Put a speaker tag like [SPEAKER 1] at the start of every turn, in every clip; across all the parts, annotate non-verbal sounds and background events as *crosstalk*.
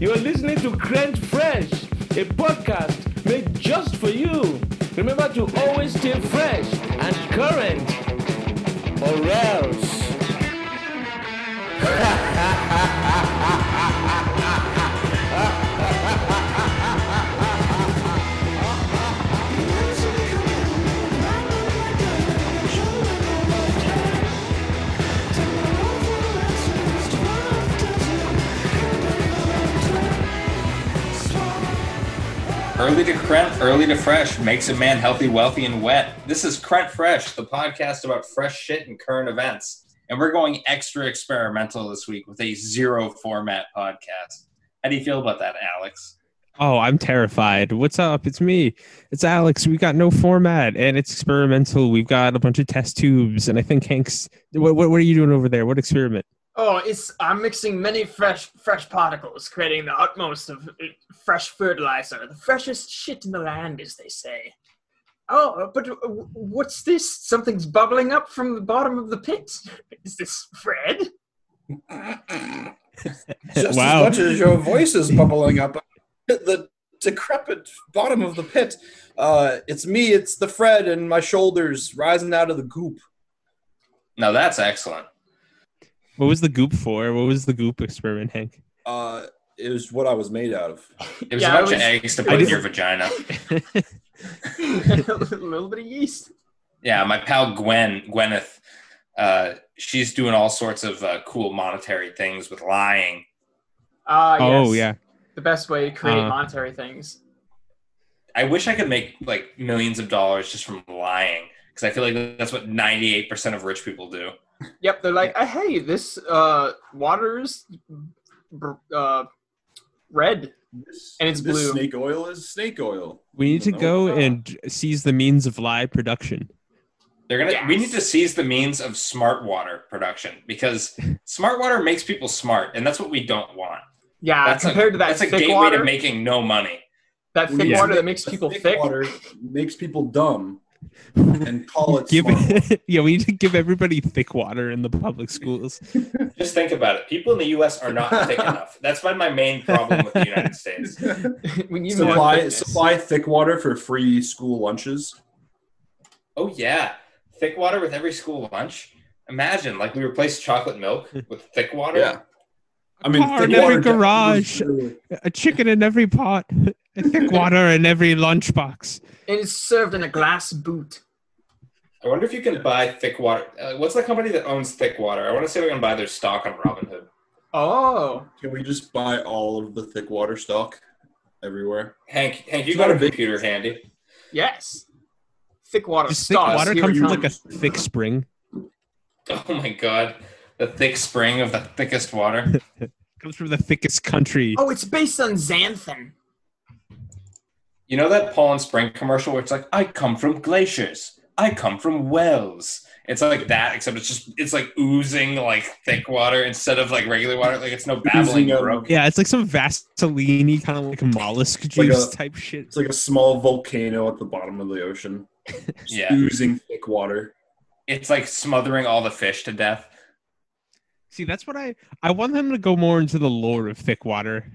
[SPEAKER 1] You are listening to Crunch Fresh, a podcast made just for you. Remember to always stay fresh and current, or else.
[SPEAKER 2] Early to Crent, early to fresh makes a man healthy, wealthy, and wet. This is Crent Fresh, the podcast about fresh shit and current events. And we're going extra experimental this week with a zero format podcast. How do you feel about that, Alex?
[SPEAKER 3] Oh, I'm terrified. What's up? It's me. It's Alex. We got no format and it's experimental. We've got a bunch of test tubes. And I think Hank's. What, what, what are you doing over there? What experiment?
[SPEAKER 4] Oh, it's I'm mixing many fresh fresh particles, creating the utmost of uh, fresh fertilizer, the freshest shit in the land, as they say. Oh, but uh, w- what's this? Something's bubbling up from the bottom of the pit. Is this Fred?
[SPEAKER 5] *laughs* just
[SPEAKER 3] Wow.
[SPEAKER 5] as much as your voice is bubbling up at the decrepit bottom of the pit. Uh, it's me, it's the Fred, and my shoulders rising out of the goop.
[SPEAKER 2] No, that's excellent.
[SPEAKER 3] What was the goop for? What was the goop experiment, Hank?
[SPEAKER 5] Uh, it was what I was made out of.
[SPEAKER 2] It was
[SPEAKER 4] Yeah,
[SPEAKER 2] a
[SPEAKER 4] I
[SPEAKER 2] bunch of
[SPEAKER 4] was-
[SPEAKER 2] eggs to
[SPEAKER 3] I
[SPEAKER 2] put in
[SPEAKER 3] didn't-
[SPEAKER 2] your vagina.
[SPEAKER 4] *laughs* a little bit of yeast.
[SPEAKER 2] Yeah, my pal Gwen, Gwyneth, uh, she's doing all sorts of uh, cool monetary things with lying.
[SPEAKER 4] Ah, yes.
[SPEAKER 3] Oh, yeah.
[SPEAKER 4] The best way to create
[SPEAKER 3] Uh,
[SPEAKER 4] monetary things.
[SPEAKER 2] I wish I could make like millions of dollars just from lying because I feel like that's what 98% of rich people do.
[SPEAKER 4] Yep, they're like, "Uh, hey, this uh, water's br- uh, red.
[SPEAKER 5] This,
[SPEAKER 4] And it's
[SPEAKER 5] this
[SPEAKER 4] blue.
[SPEAKER 5] Snake oil is snake oil.
[SPEAKER 3] We need to
[SPEAKER 5] No.
[SPEAKER 3] go and seize the means of lie production. *laughs*
[SPEAKER 2] They're gonna. We need
[SPEAKER 4] Yes.
[SPEAKER 2] to seize the means of smart water production because smart water makes people smart, and that's what we don't want.
[SPEAKER 4] Yeah,
[SPEAKER 2] That's
[SPEAKER 4] compared to that
[SPEAKER 2] That's a
[SPEAKER 4] thick
[SPEAKER 2] gateway
[SPEAKER 4] water,
[SPEAKER 2] to making no money.
[SPEAKER 4] that
[SPEAKER 5] We
[SPEAKER 4] thick
[SPEAKER 5] need to
[SPEAKER 4] water that
[SPEAKER 5] make
[SPEAKER 4] makes
[SPEAKER 5] the
[SPEAKER 4] people thick.
[SPEAKER 5] Water makes people dumb and call it
[SPEAKER 3] Give,
[SPEAKER 5] smart. water.
[SPEAKER 3] yeah, we need to give everybody thick water in the public schools.
[SPEAKER 2] Just think about it. People in the U.S. are not thick enough. That's been my main problem with the United States.
[SPEAKER 4] we need more
[SPEAKER 5] supply,
[SPEAKER 4] thickness.
[SPEAKER 5] supply thick water for free school lunches.
[SPEAKER 2] Oh yeah, thick water with every school lunch. Imagine like we replace chocolate milk with thick water.
[SPEAKER 5] Yeah. I mean,
[SPEAKER 3] Car
[SPEAKER 5] thick
[SPEAKER 3] in every
[SPEAKER 5] water
[SPEAKER 3] garage.
[SPEAKER 5] definitely-
[SPEAKER 3] A chicken in every pot, *laughs* thick water in every lunchbox.
[SPEAKER 4] And it's served in a glass boot.
[SPEAKER 2] I wonder if you can buy thick water. Uh, what's the company that owns thick water? I want to see if I can buy their stock on Robinhood.
[SPEAKER 4] Oh,
[SPEAKER 5] Can we just buy all of the thick water stock everywhere?
[SPEAKER 2] Hank, Hank, you
[SPEAKER 5] It's
[SPEAKER 2] got
[SPEAKER 5] not
[SPEAKER 2] a
[SPEAKER 5] a big-
[SPEAKER 2] computer handy?
[SPEAKER 4] yes. Thick water.
[SPEAKER 3] Does thick
[SPEAKER 4] stars.
[SPEAKER 3] water
[SPEAKER 4] Here
[SPEAKER 3] come
[SPEAKER 4] it
[SPEAKER 3] from like a
[SPEAKER 4] comes.
[SPEAKER 3] thick spring?
[SPEAKER 2] *laughs* Oh my god, the thick spring of the thickest water.
[SPEAKER 3] comes from the thickest country.
[SPEAKER 4] Oh, it's based on xanthan.
[SPEAKER 2] You know that Paul and Spring commercial where it's like, I come from glaciers. I come from wells. It's like that, except it's just it's like oozing like thick water instead of like regular water. Like it's no babbling
[SPEAKER 5] Oozing out-
[SPEAKER 2] brook.
[SPEAKER 3] Yeah, it's like some Vaseline kind of like mollusk
[SPEAKER 5] like
[SPEAKER 3] juice
[SPEAKER 5] a-
[SPEAKER 3] type shit.
[SPEAKER 5] It's like a small volcano at the bottom of the ocean, just
[SPEAKER 2] Yeah.
[SPEAKER 5] oozing thick water.
[SPEAKER 2] It's like smothering all the fish to death.
[SPEAKER 3] See, that's what I I want them to go more into the lore of thick water.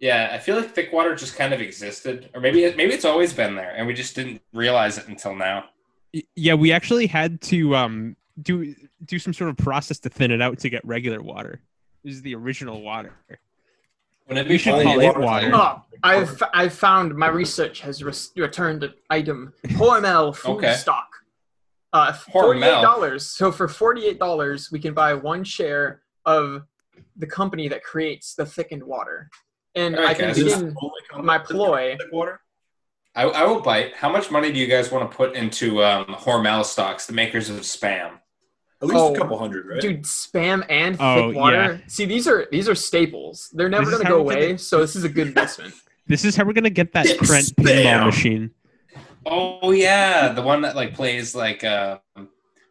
[SPEAKER 2] Yeah, I feel like thick water just kind of existed, or maybe it, maybe it's always been there, and we just didn't realize it until now.
[SPEAKER 3] Y- Yeah, we actually had to um do do some sort of process to thin it out to get regular water. This is the original water.
[SPEAKER 2] Wouldn't it
[SPEAKER 3] We
[SPEAKER 2] be
[SPEAKER 3] should
[SPEAKER 2] funny?
[SPEAKER 3] call it water.
[SPEAKER 4] Oh, I've I've found my research has res- returned an item. Hormel
[SPEAKER 2] *laughs*
[SPEAKER 4] food
[SPEAKER 2] Okay.
[SPEAKER 4] stock. Uh,
[SPEAKER 2] Hormel.
[SPEAKER 4] forty-eight dollars. So for forty-eight dollars, we can buy one share of the company that creates the thickened water, and
[SPEAKER 2] All right,
[SPEAKER 4] I can
[SPEAKER 2] guys.
[SPEAKER 5] Is this
[SPEAKER 4] begin
[SPEAKER 5] the only company
[SPEAKER 4] my
[SPEAKER 5] that
[SPEAKER 4] ploy.
[SPEAKER 5] does Thick water?
[SPEAKER 2] I, I will bite. How much money do you guys want to put into um, Hormel stocks, the makers of spam?
[SPEAKER 5] At least
[SPEAKER 4] Oh,
[SPEAKER 5] a couple hundred, right?
[SPEAKER 4] Dude, spam and
[SPEAKER 3] Oh,
[SPEAKER 4] thick water. See, these are these are staples. They're never
[SPEAKER 3] This is
[SPEAKER 4] gonna
[SPEAKER 3] how
[SPEAKER 4] go
[SPEAKER 3] we did
[SPEAKER 4] away, so this is a
[SPEAKER 3] *laughs*
[SPEAKER 4] good investment.
[SPEAKER 3] This is how we're gonna get that
[SPEAKER 5] Thick
[SPEAKER 3] Krent
[SPEAKER 5] spam.
[SPEAKER 3] pinball machine.
[SPEAKER 2] Oh yeah, the one that like plays like uh,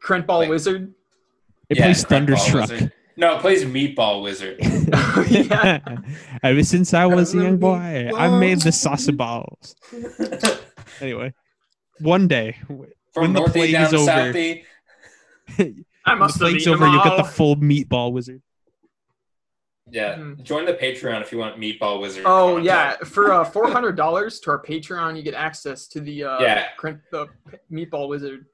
[SPEAKER 4] Crent ball
[SPEAKER 2] Wait.
[SPEAKER 4] wizard. *laughs*
[SPEAKER 3] It
[SPEAKER 2] yeah,
[SPEAKER 3] plays
[SPEAKER 2] Crackball *laughs*
[SPEAKER 3] Thunderstruck.
[SPEAKER 2] Wizard. No, it plays Meatball Wizard.
[SPEAKER 4] Oh, yeah.
[SPEAKER 3] *laughs* Ever since I was a young
[SPEAKER 5] Ever
[SPEAKER 3] boy, I made the saucer balls. Anyway, one day When
[SPEAKER 2] From
[SPEAKER 3] the
[SPEAKER 2] North
[SPEAKER 3] plague
[SPEAKER 2] E down
[SPEAKER 3] is
[SPEAKER 2] to
[SPEAKER 3] over.
[SPEAKER 2] South E.
[SPEAKER 4] I
[SPEAKER 3] when the
[SPEAKER 4] must have
[SPEAKER 3] plague's
[SPEAKER 4] eaten
[SPEAKER 3] over,
[SPEAKER 4] them
[SPEAKER 3] you'll
[SPEAKER 4] all.
[SPEAKER 3] get the full meatball wizard.
[SPEAKER 2] Yeah.
[SPEAKER 4] Mhm.
[SPEAKER 2] Join the Patreon if you want Meatball Wizard.
[SPEAKER 4] Oh
[SPEAKER 2] content.
[SPEAKER 4] yeah, for uh, four hundred dollars to our Patreon, you get access to the uh,
[SPEAKER 2] Yeah.
[SPEAKER 4] crimp, the p- Meatball Wizard.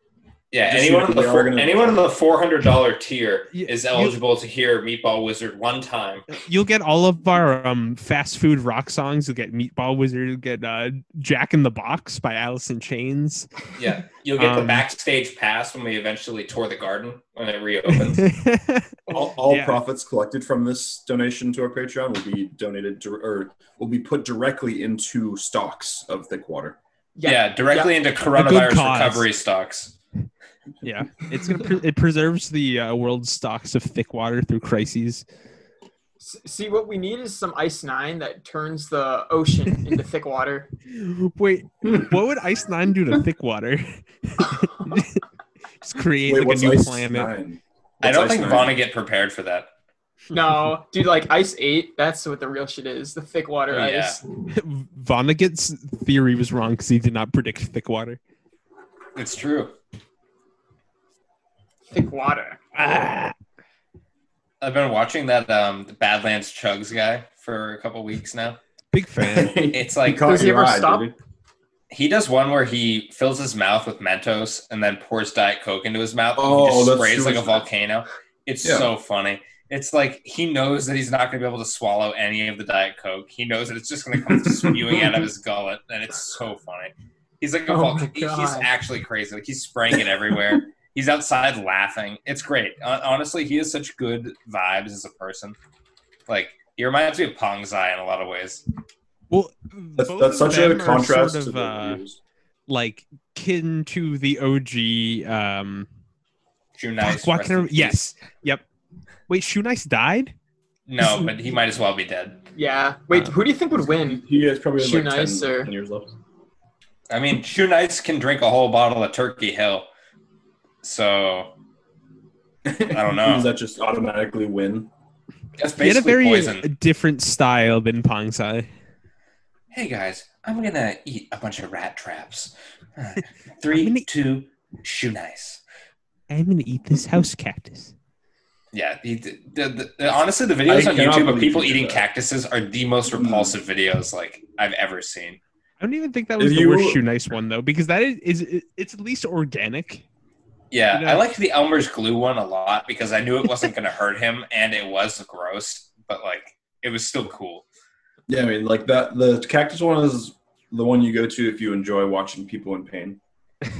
[SPEAKER 2] Yeah,
[SPEAKER 5] Just
[SPEAKER 2] anyone
[SPEAKER 5] see
[SPEAKER 2] in
[SPEAKER 5] if
[SPEAKER 2] the
[SPEAKER 5] we are
[SPEAKER 2] four,
[SPEAKER 5] gonna-
[SPEAKER 2] anyone in the four hundred dollar tier
[SPEAKER 3] Y-
[SPEAKER 2] is
[SPEAKER 3] you-
[SPEAKER 2] eligible to hear Meatball Wizard one time.
[SPEAKER 3] You'll get all of our um, fast food rock songs. You'll get Meatball Wizard. You'll get uh, Jack in the Box by Alice in Chains.
[SPEAKER 2] Yeah, you'll get the
[SPEAKER 3] Um,
[SPEAKER 2] backstage pass when we eventually tour the garden when it
[SPEAKER 3] *laughs*
[SPEAKER 5] Oh,
[SPEAKER 2] reopens.
[SPEAKER 5] All, all
[SPEAKER 3] Yeah.
[SPEAKER 5] profits collected from this donation to our Patreon will be donated to, or will be put directly into stocks of Thick Water.
[SPEAKER 2] yeah, directly into coronavirus
[SPEAKER 3] cause.
[SPEAKER 2] recovery stocks.
[SPEAKER 3] yeah, it's gonna pre- it preserves the uh, world's stocks of thick water through crises.
[SPEAKER 4] S- See, what we need is some Ice Nine that turns the
[SPEAKER 3] *laughs*
[SPEAKER 4] ocean into thick water.
[SPEAKER 5] *laughs*
[SPEAKER 3] Wait, what would Ice Nine do to thick water? *laughs* Just create like a
[SPEAKER 5] what's
[SPEAKER 3] new
[SPEAKER 5] Ice
[SPEAKER 3] planet.
[SPEAKER 5] Nine?
[SPEAKER 2] I
[SPEAKER 5] What's
[SPEAKER 2] don't
[SPEAKER 5] Ice
[SPEAKER 2] think
[SPEAKER 5] Nine?
[SPEAKER 2] Vaughn get prepared for that.
[SPEAKER 4] No, dude, like Ice Eight, that's what the real shit is. The thick water
[SPEAKER 2] Oh, yeah.
[SPEAKER 4] ice.
[SPEAKER 3] Vonnegut's theory was wrong because he did not predict thick water.
[SPEAKER 2] It's true.
[SPEAKER 4] Thick water.
[SPEAKER 3] Ah,
[SPEAKER 2] I've been watching that um the Badlands Chugs guy for a couple weeks now.
[SPEAKER 3] big
[SPEAKER 5] *laughs*
[SPEAKER 3] fan.
[SPEAKER 2] It's like
[SPEAKER 5] caught
[SPEAKER 4] Does he
[SPEAKER 5] your
[SPEAKER 4] ever
[SPEAKER 5] eye,
[SPEAKER 4] stop?
[SPEAKER 5] did he?
[SPEAKER 2] he does one where he fills his mouth with Mentos and then pours Diet Coke into his mouth.
[SPEAKER 5] Oh,
[SPEAKER 2] and he just
[SPEAKER 5] that's
[SPEAKER 2] sprays like a
[SPEAKER 5] suicide.
[SPEAKER 2] volcano. It's
[SPEAKER 5] Yeah.
[SPEAKER 2] so funny. It's like he knows that he's not going to be able to swallow any of the Diet Coke. He knows that it's just going to come spewing out of his gullet, and it's so funny. He's like a
[SPEAKER 4] Oh my
[SPEAKER 2] volcano. He's
[SPEAKER 4] God.
[SPEAKER 2] actually crazy. Like he's spraying it everywhere. he's outside laughing. It's great. Hon- Honestly, he has such good vibes as a person. Like he reminds me of Pongzai in a lot of ways.
[SPEAKER 3] Well,
[SPEAKER 5] That's,
[SPEAKER 3] both
[SPEAKER 5] that's
[SPEAKER 3] of
[SPEAKER 5] such a
[SPEAKER 3] them are
[SPEAKER 5] contrast
[SPEAKER 3] sort
[SPEAKER 5] to
[SPEAKER 3] of,
[SPEAKER 5] the
[SPEAKER 3] uh,
[SPEAKER 5] views.
[SPEAKER 3] like kin to the OG. Um,
[SPEAKER 2] June
[SPEAKER 3] fuck, why can't I- yes, yep. Wait, Shoe Nice died.
[SPEAKER 2] No, but he might as well be dead.
[SPEAKER 4] Yeah. Wait,
[SPEAKER 3] Uh,
[SPEAKER 4] who do you think would win?
[SPEAKER 5] He has probably
[SPEAKER 4] Shoe
[SPEAKER 5] like 10,
[SPEAKER 4] Nice or-
[SPEAKER 5] 10 years left.
[SPEAKER 2] I mean, Shoe Nice can drink a whole bottle of Turkey Hill. So I
[SPEAKER 5] *laughs*
[SPEAKER 2] don't know.
[SPEAKER 5] Does that just automatically win?
[SPEAKER 2] that's
[SPEAKER 3] He had a
[SPEAKER 2] basically
[SPEAKER 3] very
[SPEAKER 2] poison.
[SPEAKER 3] uh, different style than Pong Sai.
[SPEAKER 2] Hey guys, I'm gonna eat a bunch of rat
[SPEAKER 3] *laughs*
[SPEAKER 2] traps.
[SPEAKER 3] I'm gonna-
[SPEAKER 2] Three, two, Shoe Nice.
[SPEAKER 3] I'm gonna eat this house cactus.
[SPEAKER 2] Yeah, he, the, the, the, honestly, the videos
[SPEAKER 5] I
[SPEAKER 2] on
[SPEAKER 5] cannot
[SPEAKER 2] YouTube of
[SPEAKER 5] believe
[SPEAKER 2] people
[SPEAKER 5] you did
[SPEAKER 2] eating
[SPEAKER 5] that.
[SPEAKER 2] cactuses are the most
[SPEAKER 3] Hmm.
[SPEAKER 2] repulsive videos like I've ever seen.
[SPEAKER 3] I don't even think that
[SPEAKER 5] If
[SPEAKER 3] was the
[SPEAKER 5] you-
[SPEAKER 3] worst Shoe Nice one though, because that is, is it's at least organic.
[SPEAKER 2] Yeah,
[SPEAKER 3] You
[SPEAKER 2] I
[SPEAKER 3] know-
[SPEAKER 2] liked the Elmer's glue one a lot because I knew it wasn't gonna hurt him, and it was gross, but like it was still cool.
[SPEAKER 5] Yeah, I mean, like that. The cactus one is the one you go to if you enjoy watching people in pain.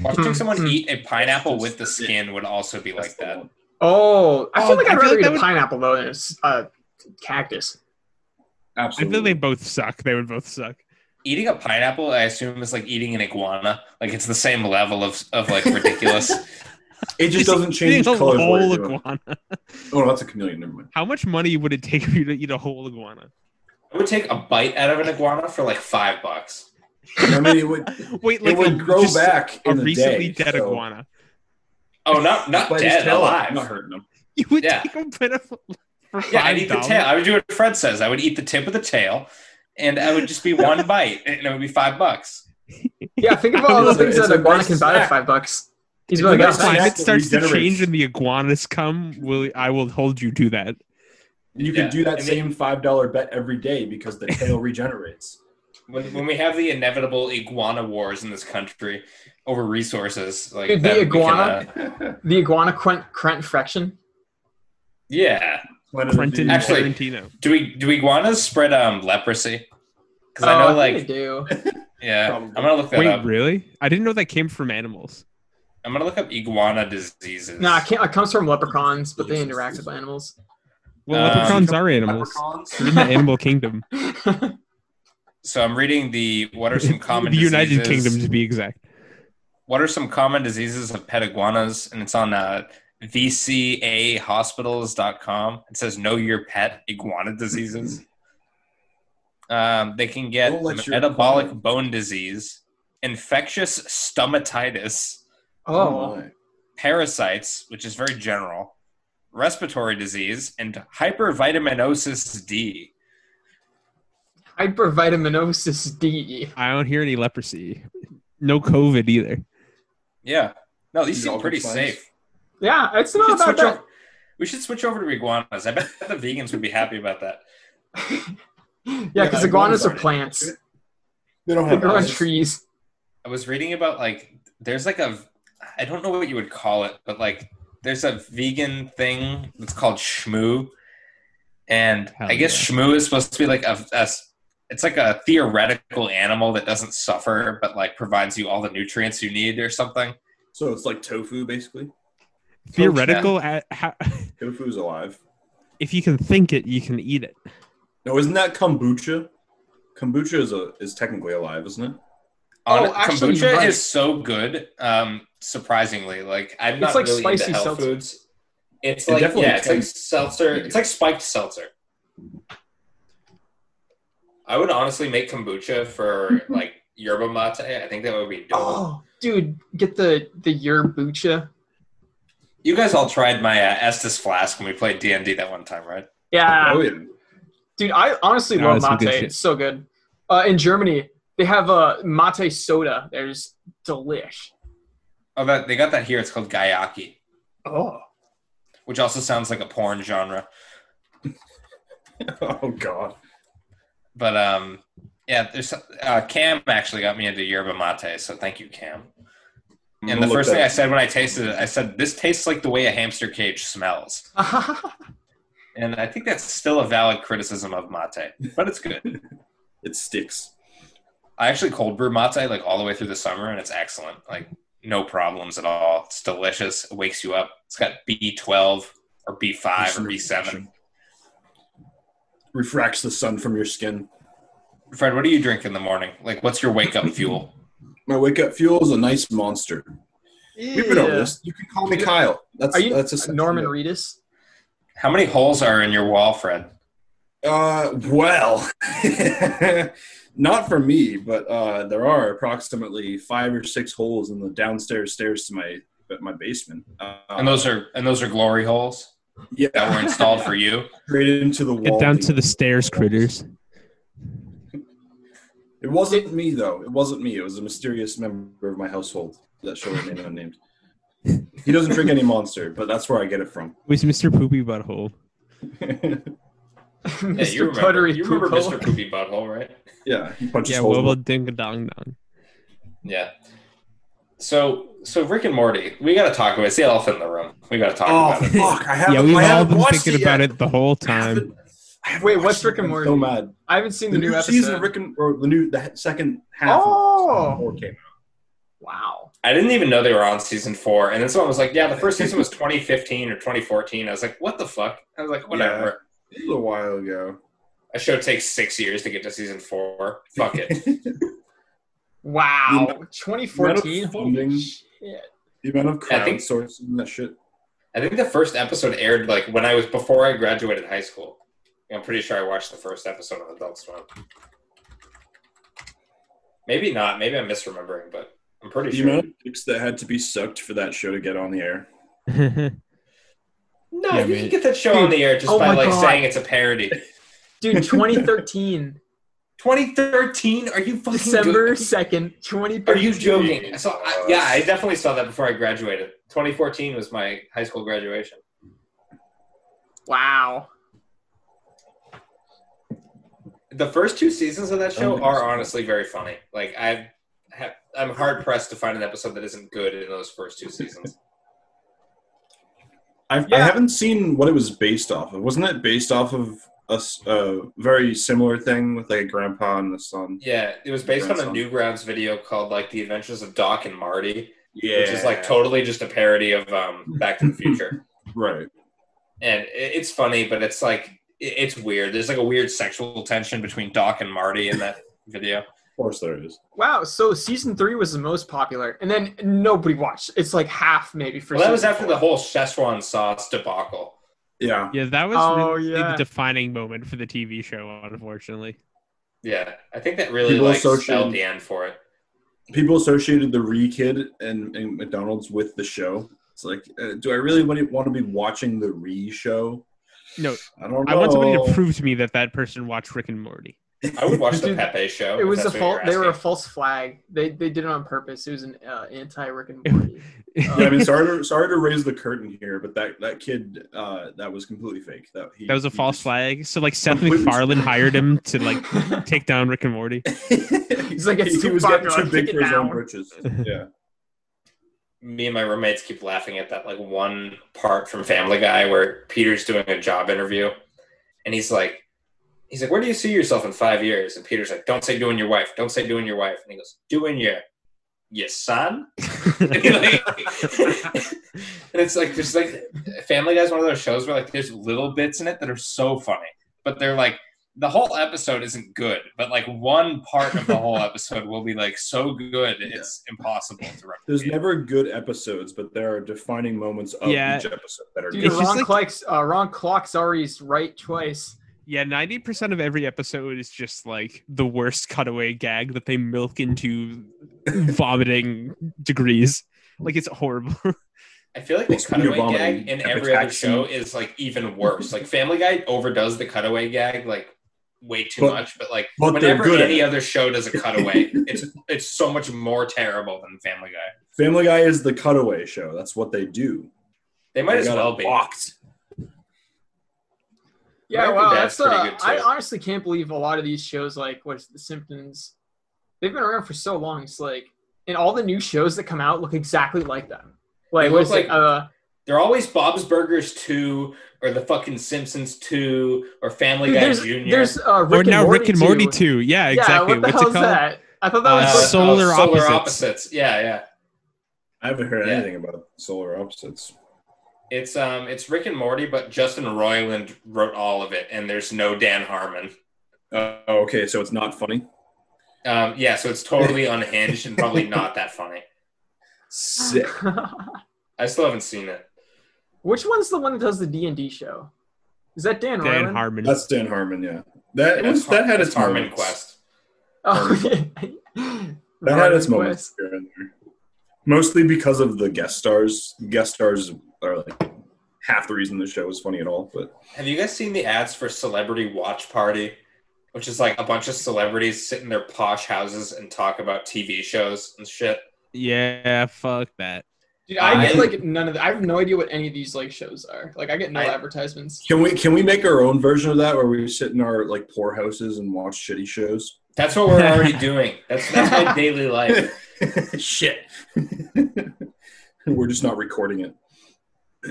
[SPEAKER 2] Watching
[SPEAKER 4] Mm,
[SPEAKER 2] someone
[SPEAKER 4] mm.
[SPEAKER 2] eat a pineapple with the
[SPEAKER 5] That's the-
[SPEAKER 2] skin would also be
[SPEAKER 5] That's
[SPEAKER 2] like
[SPEAKER 5] the
[SPEAKER 2] that.
[SPEAKER 5] one.
[SPEAKER 4] Oh, I
[SPEAKER 3] Oh,
[SPEAKER 4] feel like
[SPEAKER 3] I
[SPEAKER 4] I'd
[SPEAKER 3] feel
[SPEAKER 4] rather
[SPEAKER 3] like
[SPEAKER 4] eat
[SPEAKER 3] that
[SPEAKER 4] a
[SPEAKER 3] would-
[SPEAKER 4] pineapple though than a s- uh, cactus.
[SPEAKER 3] I
[SPEAKER 5] Absolutely.
[SPEAKER 3] feel they both suck. They would both suck.
[SPEAKER 2] Eating a pineapple, I assume, is like eating an iguana. Like it's the same level of, of like
[SPEAKER 5] *laughs*
[SPEAKER 2] ridiculous.
[SPEAKER 5] it just doesn't change
[SPEAKER 3] Eating a
[SPEAKER 5] colors. while
[SPEAKER 3] whole
[SPEAKER 5] you're doing it.
[SPEAKER 3] iguana.
[SPEAKER 5] Oh, no, that's a chameleon. Never mind.
[SPEAKER 3] How much money would it take for you to eat a whole iguana?
[SPEAKER 2] I would take a bite out of an iguana for like five bucks.
[SPEAKER 5] I mean,
[SPEAKER 3] *laughs*
[SPEAKER 5] it would,
[SPEAKER 3] Wait, like
[SPEAKER 5] it would
[SPEAKER 3] a-
[SPEAKER 5] grow
[SPEAKER 3] just
[SPEAKER 5] back
[SPEAKER 3] a
[SPEAKER 5] in a
[SPEAKER 3] recently
[SPEAKER 5] day,
[SPEAKER 3] dead
[SPEAKER 5] so-
[SPEAKER 3] iguana.
[SPEAKER 2] Oh,
[SPEAKER 5] *laughs*
[SPEAKER 2] not not
[SPEAKER 5] Bite his
[SPEAKER 2] dead,
[SPEAKER 5] tail off,
[SPEAKER 2] alive.
[SPEAKER 5] Not hurting him.
[SPEAKER 3] You would
[SPEAKER 2] Yeah.
[SPEAKER 3] take a bit of for five
[SPEAKER 2] yeah, I'd eat the
[SPEAKER 3] dollars.
[SPEAKER 2] tail. I would do what Fred says. I would eat the tip of the tail, and I would
[SPEAKER 5] *laughs*
[SPEAKER 2] just be one bite, and it would be five bucks.
[SPEAKER 4] Yeah, think *laughs* of all the
[SPEAKER 5] It's a-
[SPEAKER 4] things
[SPEAKER 5] it's
[SPEAKER 4] that
[SPEAKER 5] a
[SPEAKER 4] iguana
[SPEAKER 5] nice
[SPEAKER 4] can buy at
[SPEAKER 5] snack.
[SPEAKER 4] five bucks. He's
[SPEAKER 5] It's
[SPEAKER 4] really
[SPEAKER 5] a
[SPEAKER 4] got
[SPEAKER 5] nice
[SPEAKER 3] Time
[SPEAKER 5] snack.
[SPEAKER 4] five.
[SPEAKER 3] it
[SPEAKER 5] that
[SPEAKER 3] starts to
[SPEAKER 5] regenerates.
[SPEAKER 3] change and the iguanas come, will I will hold you to that.
[SPEAKER 5] You
[SPEAKER 2] Yeah,
[SPEAKER 5] could do that
[SPEAKER 2] and
[SPEAKER 5] same five dollar bet every day because
[SPEAKER 3] *laughs*
[SPEAKER 5] the tail regenerates.
[SPEAKER 2] When, when we have the inevitable iguana wars in this country over resources, like
[SPEAKER 4] Dude, the
[SPEAKER 2] then we can,
[SPEAKER 4] iguana-
[SPEAKER 2] uh,
[SPEAKER 4] "Oh, The iguana crent, crent fraction.
[SPEAKER 2] yeah.
[SPEAKER 5] Planet of
[SPEAKER 3] Quentin
[SPEAKER 5] the-
[SPEAKER 2] Actually-
[SPEAKER 3] Tarantino.
[SPEAKER 2] Do we do iguanas spread um leprosy? Because
[SPEAKER 4] Oh,
[SPEAKER 2] I know
[SPEAKER 4] think
[SPEAKER 2] like
[SPEAKER 4] they do.
[SPEAKER 2] yeah,
[SPEAKER 5] Probably.
[SPEAKER 2] I'm gonna look that um,
[SPEAKER 3] Wait,
[SPEAKER 2] up.
[SPEAKER 3] really? I didn't know that came from animals.
[SPEAKER 2] I'm gonna look up iguana diseases.
[SPEAKER 4] No, I can't. It comes from leprechauns, but they interact with animals.
[SPEAKER 2] *laughs*
[SPEAKER 4] *laughs*
[SPEAKER 3] Well,
[SPEAKER 2] Um,
[SPEAKER 3] leprechauns are animals. They're in the animal kingdom,
[SPEAKER 2] So I'm reading the
[SPEAKER 3] *laughs*
[SPEAKER 2] what are some *laughs* common
[SPEAKER 3] the United
[SPEAKER 2] diseases-
[SPEAKER 3] Kingdom to be exact.
[SPEAKER 2] What are some common diseases of pet iguanas? And it's on uh, vcahospitals.com. It says know your pet iguana diseases. Um, they can get
[SPEAKER 5] Don't let your
[SPEAKER 2] metabolic
[SPEAKER 5] iguana-
[SPEAKER 2] bone disease, infectious stomatitis.
[SPEAKER 4] oh,
[SPEAKER 5] my.
[SPEAKER 2] parasites, which is very general, respiratory disease, and hypervitaminosis D.
[SPEAKER 4] hypervitaminosis D.
[SPEAKER 3] I don't hear any leprosy. No COVID either.
[SPEAKER 2] Yeah. No, these
[SPEAKER 5] These
[SPEAKER 2] seem
[SPEAKER 5] all
[SPEAKER 2] pretty
[SPEAKER 5] good signs.
[SPEAKER 2] safe.
[SPEAKER 5] *laughs*
[SPEAKER 4] Yeah, it's
[SPEAKER 2] We
[SPEAKER 4] not
[SPEAKER 2] should,
[SPEAKER 4] about
[SPEAKER 2] switch
[SPEAKER 4] that.
[SPEAKER 2] over, We should switch over to iguanas. I bet *laughs* the vegans would be happy about that.
[SPEAKER 4] Yeah, because
[SPEAKER 5] Yeah,
[SPEAKER 4] iguanas
[SPEAKER 5] iguanas
[SPEAKER 4] are
[SPEAKER 5] aren't-
[SPEAKER 4] plants.
[SPEAKER 5] They don't
[SPEAKER 4] They
[SPEAKER 5] have
[SPEAKER 4] grow on
[SPEAKER 5] eyes.
[SPEAKER 4] trees.
[SPEAKER 2] I was reading about like there's like a I don't know what you would call it, but like there's a vegan thing that's called shmoo, and
[SPEAKER 3] Hell
[SPEAKER 2] I guess shmoo is supposed to be like a, a it's like a theoretical animal that doesn't suffer but like provides you all the nutrients you need or something.
[SPEAKER 5] So it's like tofu, basically.
[SPEAKER 3] Theoretical, at, how,
[SPEAKER 5] Tofu's alive.
[SPEAKER 3] if you can think it, you can eat it.
[SPEAKER 5] No, isn't that kombucha? Kombucha is a is technically alive, isn't it?
[SPEAKER 4] Oh,
[SPEAKER 2] Hon-
[SPEAKER 4] actually,
[SPEAKER 2] kombucha
[SPEAKER 4] you're right.
[SPEAKER 2] is so good. Um, surprisingly, like I'm
[SPEAKER 4] It's
[SPEAKER 2] not
[SPEAKER 4] like
[SPEAKER 2] really
[SPEAKER 4] spicy
[SPEAKER 2] into health
[SPEAKER 4] seltzer.
[SPEAKER 2] foods. It's
[SPEAKER 5] It
[SPEAKER 2] like
[SPEAKER 5] definitely
[SPEAKER 2] yeah, it's like
[SPEAKER 5] tastes-
[SPEAKER 2] seltzer. It's like spiked seltzer. I would honestly make kombucha for like yerba mate. I think that would be dope.
[SPEAKER 4] Mm-hmm. Oh, dude, get the the yerbucha.
[SPEAKER 2] You guys all tried my uh, Estes flask when we played D and D that one time, right?
[SPEAKER 4] Yeah,
[SPEAKER 5] oh yeah.
[SPEAKER 4] dude, I honestly
[SPEAKER 3] No,
[SPEAKER 4] love
[SPEAKER 3] that's some
[SPEAKER 4] mate.
[SPEAKER 3] good shit.
[SPEAKER 4] It's so good. Uh, in Germany, they have a mate soda. There's delish.
[SPEAKER 2] Oh, that they got that here. It's called gayaki,
[SPEAKER 4] Oh,
[SPEAKER 2] which also sounds like a porn genre.
[SPEAKER 5] *laughs* Oh god.
[SPEAKER 2] But um, yeah, there's uh, Cam actually got me into yerba mate, so thank you, Cam.
[SPEAKER 5] I'm
[SPEAKER 2] And
[SPEAKER 5] gonna
[SPEAKER 2] the
[SPEAKER 5] look
[SPEAKER 2] first thing
[SPEAKER 5] that
[SPEAKER 2] I
[SPEAKER 5] up.
[SPEAKER 2] said when I tasted it, I said, "This tastes like the way a hamster cage smells," and I think that's still a valid criticism of mate, but it's good.
[SPEAKER 5] it sticks.
[SPEAKER 2] I actually cold brew mate like all the way through the summer, and it's excellent. Like no problems at all. It's delicious. It wakes you up. It's got B twelve or B five or B seven.
[SPEAKER 5] Refracts the sun from your skin.
[SPEAKER 2] Fred, what do you drink in the morning? Like, what's your wake up fuel?
[SPEAKER 5] My wake up fuel is a nice monster. We've been over
[SPEAKER 4] Yeah.
[SPEAKER 5] this. You can call me Kyle. That's
[SPEAKER 4] Are you
[SPEAKER 5] that's a
[SPEAKER 4] Norman Reedus?
[SPEAKER 2] How many holes are in your wall, Fred?
[SPEAKER 5] Uh, well, *laughs* not for me, but uh, there are approximately five or six holes in the downstairs stairs to my my basement. Uh,
[SPEAKER 2] And those are and those are glory holes that were
[SPEAKER 5] yeah,
[SPEAKER 2] installed for *laughs* you.
[SPEAKER 5] straight into the wall.
[SPEAKER 3] Get down to the stairs, critters.
[SPEAKER 5] It wasn't me though. It wasn't me. It was a mysterious member of my household that shall remain unnamed. He doesn't drink any monster, but that's where I get it from. *laughs*
[SPEAKER 3] It was Mr. Poopy Butthole.
[SPEAKER 2] Yeah,
[SPEAKER 4] Mr.
[SPEAKER 2] you remember,
[SPEAKER 4] Puttery
[SPEAKER 2] you remember
[SPEAKER 4] Poopo.
[SPEAKER 2] Mr. Poopy Butthole, right?
[SPEAKER 5] yeah, he punches
[SPEAKER 3] Yeah,
[SPEAKER 5] holes.
[SPEAKER 3] wobble ding a dong dong.
[SPEAKER 2] Yeah. So so Rick and Morty, we got to talk about it. It's the elephant in the room. We got to talk
[SPEAKER 5] oh
[SPEAKER 2] about it.
[SPEAKER 5] fuck! I haven't.
[SPEAKER 3] Yeah, we've
[SPEAKER 5] I
[SPEAKER 3] all
[SPEAKER 5] haven't
[SPEAKER 3] been
[SPEAKER 5] watched
[SPEAKER 3] thinking
[SPEAKER 5] it
[SPEAKER 3] about
[SPEAKER 5] yet.
[SPEAKER 3] it the whole
[SPEAKER 5] I haven't-
[SPEAKER 3] time.
[SPEAKER 5] I haven't
[SPEAKER 4] Wait,
[SPEAKER 5] watched
[SPEAKER 4] what's
[SPEAKER 5] it.
[SPEAKER 4] Rick and
[SPEAKER 5] I'm
[SPEAKER 4] Morty?
[SPEAKER 5] So mad.
[SPEAKER 4] I haven't seen
[SPEAKER 5] the
[SPEAKER 4] the,
[SPEAKER 5] new,
[SPEAKER 4] episode.
[SPEAKER 5] season of Rick and or the new the second half.
[SPEAKER 4] Oh.
[SPEAKER 5] Of season four came out.
[SPEAKER 4] wow.
[SPEAKER 2] I didn't even know they were on season four, and then someone was like, "Yeah, the first season was 2015 or 2014." I was like, "What the fuck?" I was like, "Whatever."
[SPEAKER 5] This is a while
[SPEAKER 4] *laughs*
[SPEAKER 5] ago.
[SPEAKER 2] A show takes six years to get to season four. Fuck it.
[SPEAKER 4] Wow.
[SPEAKER 5] amount
[SPEAKER 4] 2014.
[SPEAKER 5] of funding.
[SPEAKER 4] Holy shit.
[SPEAKER 5] The amount of
[SPEAKER 2] I think-
[SPEAKER 5] crowdsourcing that shit.
[SPEAKER 2] I think the first episode aired like when I was before I graduated high school. I'm pretty sure I watched the first episode of Adult Swim. Maybe not. Maybe I'm misremembering, but I'm pretty
[SPEAKER 5] The
[SPEAKER 2] sure.
[SPEAKER 5] amount of dicks that had to be sucked for that show to get on the air.
[SPEAKER 2] No,
[SPEAKER 3] Yeah,
[SPEAKER 2] you
[SPEAKER 3] man.
[SPEAKER 2] can get that show on the air just
[SPEAKER 4] Oh
[SPEAKER 2] by
[SPEAKER 4] my
[SPEAKER 2] like
[SPEAKER 4] God.
[SPEAKER 2] saying it's a parody.
[SPEAKER 4] Dude, 2013.
[SPEAKER 2] 2013? Are you fucking
[SPEAKER 4] December
[SPEAKER 2] joking?
[SPEAKER 4] 2nd, 2013.
[SPEAKER 2] Are you joking? So I, yeah, I definitely saw that before I graduated. 2014 was my high school graduation.
[SPEAKER 4] Wow.
[SPEAKER 2] The first two seasons of that
[SPEAKER 5] Oh,
[SPEAKER 2] show
[SPEAKER 5] nice.
[SPEAKER 2] are honestly very funny. Like I have, I'm hard pressed to find an episode that isn't good in those first two seasons.
[SPEAKER 5] I've, I
[SPEAKER 4] Yeah.
[SPEAKER 5] haven't seen what it was based off of. Wasn't it based off of a s- a very similar thing with like a grandpa and a son?
[SPEAKER 2] yeah, it was based on a
[SPEAKER 5] Grandson.
[SPEAKER 2] Newgrounds video called like The Adventures of Doc and Marty,
[SPEAKER 5] Yeah,
[SPEAKER 2] which is like totally just a parody of um, Back
[SPEAKER 4] *laughs*
[SPEAKER 2] to the Future.
[SPEAKER 5] right.
[SPEAKER 2] and it- it's funny, but it's like it- it's weird. There's like a weird sexual tension between Doc and Marty in that *laughs* video.
[SPEAKER 5] Of course there is.
[SPEAKER 4] Wow. So season three was the most popular, and then nobody watched. It's like half maybe for.
[SPEAKER 2] Well, that was
[SPEAKER 4] season
[SPEAKER 2] after
[SPEAKER 4] four.
[SPEAKER 2] the whole Szechuan sauce debacle.
[SPEAKER 5] Yeah.
[SPEAKER 3] yeah, that was
[SPEAKER 4] Oh,
[SPEAKER 3] really
[SPEAKER 4] yeah.
[SPEAKER 3] the defining moment for the TV show, unfortunately.
[SPEAKER 2] Yeah, I think that really
[SPEAKER 5] People
[SPEAKER 2] like
[SPEAKER 5] associate-
[SPEAKER 2] spelled the end for it.
[SPEAKER 5] People associated the Re Kid and, and McDonald's with the show. It's like, uh, do I really want to, want to be watching the Re show?
[SPEAKER 3] No,
[SPEAKER 5] I don't know.
[SPEAKER 3] I want somebody to prove to me that that person watched Rick and Morty. *laughs*
[SPEAKER 2] I
[SPEAKER 4] *laughs*
[SPEAKER 2] would watch the
[SPEAKER 4] Dude,
[SPEAKER 2] Pepe show.
[SPEAKER 4] It
[SPEAKER 2] if
[SPEAKER 4] was a
[SPEAKER 2] that's what
[SPEAKER 4] false.
[SPEAKER 2] you're
[SPEAKER 4] They were a
[SPEAKER 2] asking.
[SPEAKER 4] false flag. They they did it on purpose. It was an uh, anti Rick and Morty. Uh,
[SPEAKER 5] Yeah, I mean, sorry to sorry to raise the curtain here, but that that kid uh, that was completely fake. That he,
[SPEAKER 3] That was a
[SPEAKER 5] he
[SPEAKER 3] false
[SPEAKER 5] just-
[SPEAKER 3] flag. So like Seth
[SPEAKER 5] Completely-
[SPEAKER 3] MacFarlane hired him to like
[SPEAKER 4] *laughs*
[SPEAKER 3] take down Rick and Morty.
[SPEAKER 5] *laughs* He's
[SPEAKER 4] like, it's
[SPEAKER 5] he, he
[SPEAKER 4] too
[SPEAKER 5] was getting
[SPEAKER 4] popular,
[SPEAKER 5] too big
[SPEAKER 4] take
[SPEAKER 5] for
[SPEAKER 4] it
[SPEAKER 5] his own
[SPEAKER 4] down.
[SPEAKER 5] britches. Yeah,
[SPEAKER 2] Me and my roommates keep laughing at that like one part from Family Guy where Peter's doing a job interview, and he's like, he's like, "Where do you see yourself in five years?" And Peter's like, "Don't say doing your wife. Don't say doing your wife." And he goes, "Doing your your son." *laughs* and it's like there's like Family Guy's one of those shows where like there's little bits in it that are so funny, but they're like the whole episode isn't good, but like one part of the whole episode will be like so good it's impossible to
[SPEAKER 5] there's
[SPEAKER 2] replicate.
[SPEAKER 5] never good episodes, but there are defining moments of
[SPEAKER 3] Yeah.
[SPEAKER 5] each episode that are.
[SPEAKER 4] Dude,
[SPEAKER 3] It's
[SPEAKER 5] good.
[SPEAKER 3] just
[SPEAKER 4] Ron
[SPEAKER 3] like-
[SPEAKER 4] Clark's uh, Ron Clark's already's right twice.
[SPEAKER 3] yeah, ninety percent of every episode is just like the worst cutaway gag that they milk into vomiting degrees. Like it's horrible. *laughs*
[SPEAKER 2] I feel like the
[SPEAKER 5] Speaking of
[SPEAKER 2] cutaway
[SPEAKER 5] vomiting,
[SPEAKER 2] gag in
[SPEAKER 5] epic
[SPEAKER 2] every other
[SPEAKER 5] action.
[SPEAKER 2] show is like even worse. Like Family Guy overdoes the cutaway gag like way too
[SPEAKER 5] But-
[SPEAKER 2] much, but like
[SPEAKER 5] but they're
[SPEAKER 2] whenever
[SPEAKER 5] good at
[SPEAKER 2] any
[SPEAKER 5] it.
[SPEAKER 2] other show does a
[SPEAKER 5] *laughs*
[SPEAKER 2] cutaway, it's it's so much more terrible than Family Guy.
[SPEAKER 5] Family Guy is the cutaway show. That's what they do.
[SPEAKER 2] They might
[SPEAKER 5] They
[SPEAKER 2] as
[SPEAKER 5] got it
[SPEAKER 2] well be.
[SPEAKER 5] locked.
[SPEAKER 4] Yeah,
[SPEAKER 2] American
[SPEAKER 4] wow,
[SPEAKER 2] Dad's
[SPEAKER 4] that's
[SPEAKER 2] pretty
[SPEAKER 4] uh,
[SPEAKER 2] good,
[SPEAKER 4] I
[SPEAKER 2] too.
[SPEAKER 4] honestly can't believe a lot of these shows like what's The Simpsons. They've been around for so long. It's like, and all the new shows that come out look exactly like them. Like,
[SPEAKER 2] They
[SPEAKER 4] what
[SPEAKER 2] look
[SPEAKER 4] is like,
[SPEAKER 2] like-
[SPEAKER 4] uh,
[SPEAKER 2] They're always Bob's Burgers 2 or the fucking Simpsons 2 or Family
[SPEAKER 4] dude,
[SPEAKER 2] Guy
[SPEAKER 4] there's,
[SPEAKER 2] Jr.
[SPEAKER 4] there's uh,
[SPEAKER 3] or
[SPEAKER 4] Rick
[SPEAKER 3] now
[SPEAKER 4] and Morty
[SPEAKER 3] Rick and Morty
[SPEAKER 4] too.
[SPEAKER 3] too. Yeah, exactly.
[SPEAKER 4] Yeah, what the
[SPEAKER 3] What's it
[SPEAKER 4] hell's
[SPEAKER 3] called?
[SPEAKER 4] that? I thought that
[SPEAKER 2] Uh,
[SPEAKER 4] was
[SPEAKER 3] Uh,
[SPEAKER 4] like,
[SPEAKER 3] Solar Opposites.
[SPEAKER 2] Opposites. Yeah, yeah.
[SPEAKER 5] I haven't heard
[SPEAKER 2] Yeah.
[SPEAKER 5] anything about Solar Opposites.
[SPEAKER 2] It's um it's Rick and Morty, but Justin Roiland wrote all of it and there's no Dan Harmon.
[SPEAKER 5] Uh, oh, okay, so it's not funny.
[SPEAKER 2] Um, yeah, so it's
[SPEAKER 5] *laughs*
[SPEAKER 2] totally unhinged and probably not that funny.
[SPEAKER 5] Sick.
[SPEAKER 2] Uh, I still haven't seen it.
[SPEAKER 4] *laughs* Which one's the one that does the D and D show? Is that Dan,
[SPEAKER 3] Dan
[SPEAKER 4] Roiland?
[SPEAKER 3] Harmon.
[SPEAKER 5] That's Dan Harmon. Yeah, that it
[SPEAKER 2] That's
[SPEAKER 5] was that
[SPEAKER 2] Har-
[SPEAKER 5] had
[SPEAKER 2] that's
[SPEAKER 5] its
[SPEAKER 2] Harmon
[SPEAKER 5] moments.
[SPEAKER 2] Quest.
[SPEAKER 4] Oh, *laughs* yeah.
[SPEAKER 5] That had
[SPEAKER 4] Roiland
[SPEAKER 5] its moments
[SPEAKER 4] Quest.
[SPEAKER 5] here and there. Mostly because of the guest stars. Guest stars are like half the reason the show is funny at all. But
[SPEAKER 2] Have you guys seen the ads for Celebrity Watch Party, which is like a bunch of celebrities sit in their posh houses and talk about TV shows and shit?
[SPEAKER 3] yeah, fuck that.
[SPEAKER 4] Dude, I get
[SPEAKER 2] I-
[SPEAKER 4] like none of. The, I have no idea what any of these like shows are. Like, I get no
[SPEAKER 2] I-
[SPEAKER 4] advertisements.
[SPEAKER 5] can we can we make our own version of that where we sit in our like poor houses and watch shitty shows?
[SPEAKER 2] That's what we're
[SPEAKER 5] *laughs*
[SPEAKER 2] already doing. That's that's my daily life.
[SPEAKER 5] Shit. We're just not recording it. *laughs*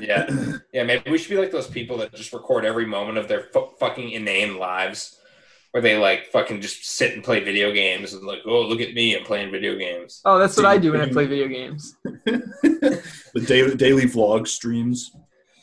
[SPEAKER 2] Yeah, yeah. Maybe we should be like those people that just record every moment of their fu- fucking inane lives, where they like fucking just sit and play video games and like, oh, look at me, I'm playing video games.
[SPEAKER 4] Oh, that's what I do when I
[SPEAKER 5] Dude.
[SPEAKER 4] play video games. *laughs*
[SPEAKER 5] the daily daily vlog streams.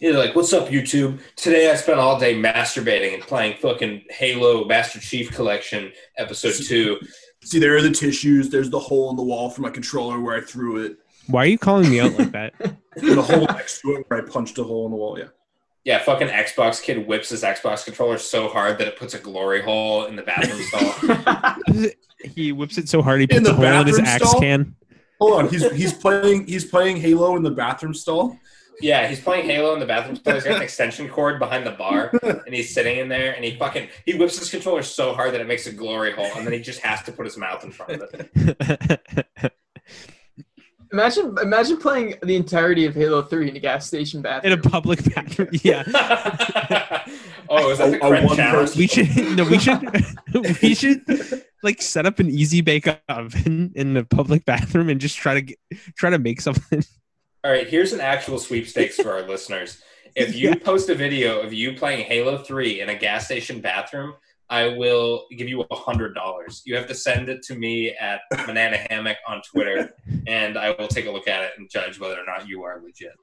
[SPEAKER 2] Yeah, like, what's up, YouTube? Today I spent all day masturbating and playing fucking Halo Master Chief Collection Episode 2.
[SPEAKER 5] See, there are the tissues. There's the hole in the wall for my controller where I threw it.
[SPEAKER 3] Why are you calling me out like that?
[SPEAKER 5] The hole next to it where I punched a hole in the wall. Yeah.
[SPEAKER 2] Yeah, fucking Xbox kid whips his Xbox controller so hard that it puts a glory hole in the bathroom stall.
[SPEAKER 3] *laughs* he whips it so hard he
[SPEAKER 5] In
[SPEAKER 3] puts
[SPEAKER 5] the
[SPEAKER 3] a hole in his
[SPEAKER 5] bathroom
[SPEAKER 3] axe
[SPEAKER 5] stall?
[SPEAKER 3] can.
[SPEAKER 5] Hold on, he's he's playing he's playing Halo in the bathroom stall.
[SPEAKER 2] yeah, he's playing Halo in the bathroom stall. He's got an extension cord behind the bar, and he's sitting in there, and he fucking he whips his controller so hard that it makes a glory hole, and then he just has to put his mouth in front of
[SPEAKER 3] *laughs*
[SPEAKER 2] it. *laughs*
[SPEAKER 4] Imagine, imagine playing the entirety of Halo Three in a gas station
[SPEAKER 3] in a
[SPEAKER 4] bathroom.
[SPEAKER 3] public bathroom. *laughs* Yeah.
[SPEAKER 2] oh, is that the
[SPEAKER 5] A- a
[SPEAKER 2] correct
[SPEAKER 5] one
[SPEAKER 2] challenge?
[SPEAKER 5] person-
[SPEAKER 3] We should no, we should *laughs* we should like set up an easy bake oven in the public bathroom and just try to get, try to make something.
[SPEAKER 2] All right, here's an actual sweepstakes for our listeners. If you
[SPEAKER 3] Yeah.
[SPEAKER 2] post a video of you playing Halo 3 in a gas station bathroom, I will give you $100. You have to send it to me at Banana Hammock on Twitter, and I will take a look at it and judge whether or not you are legit.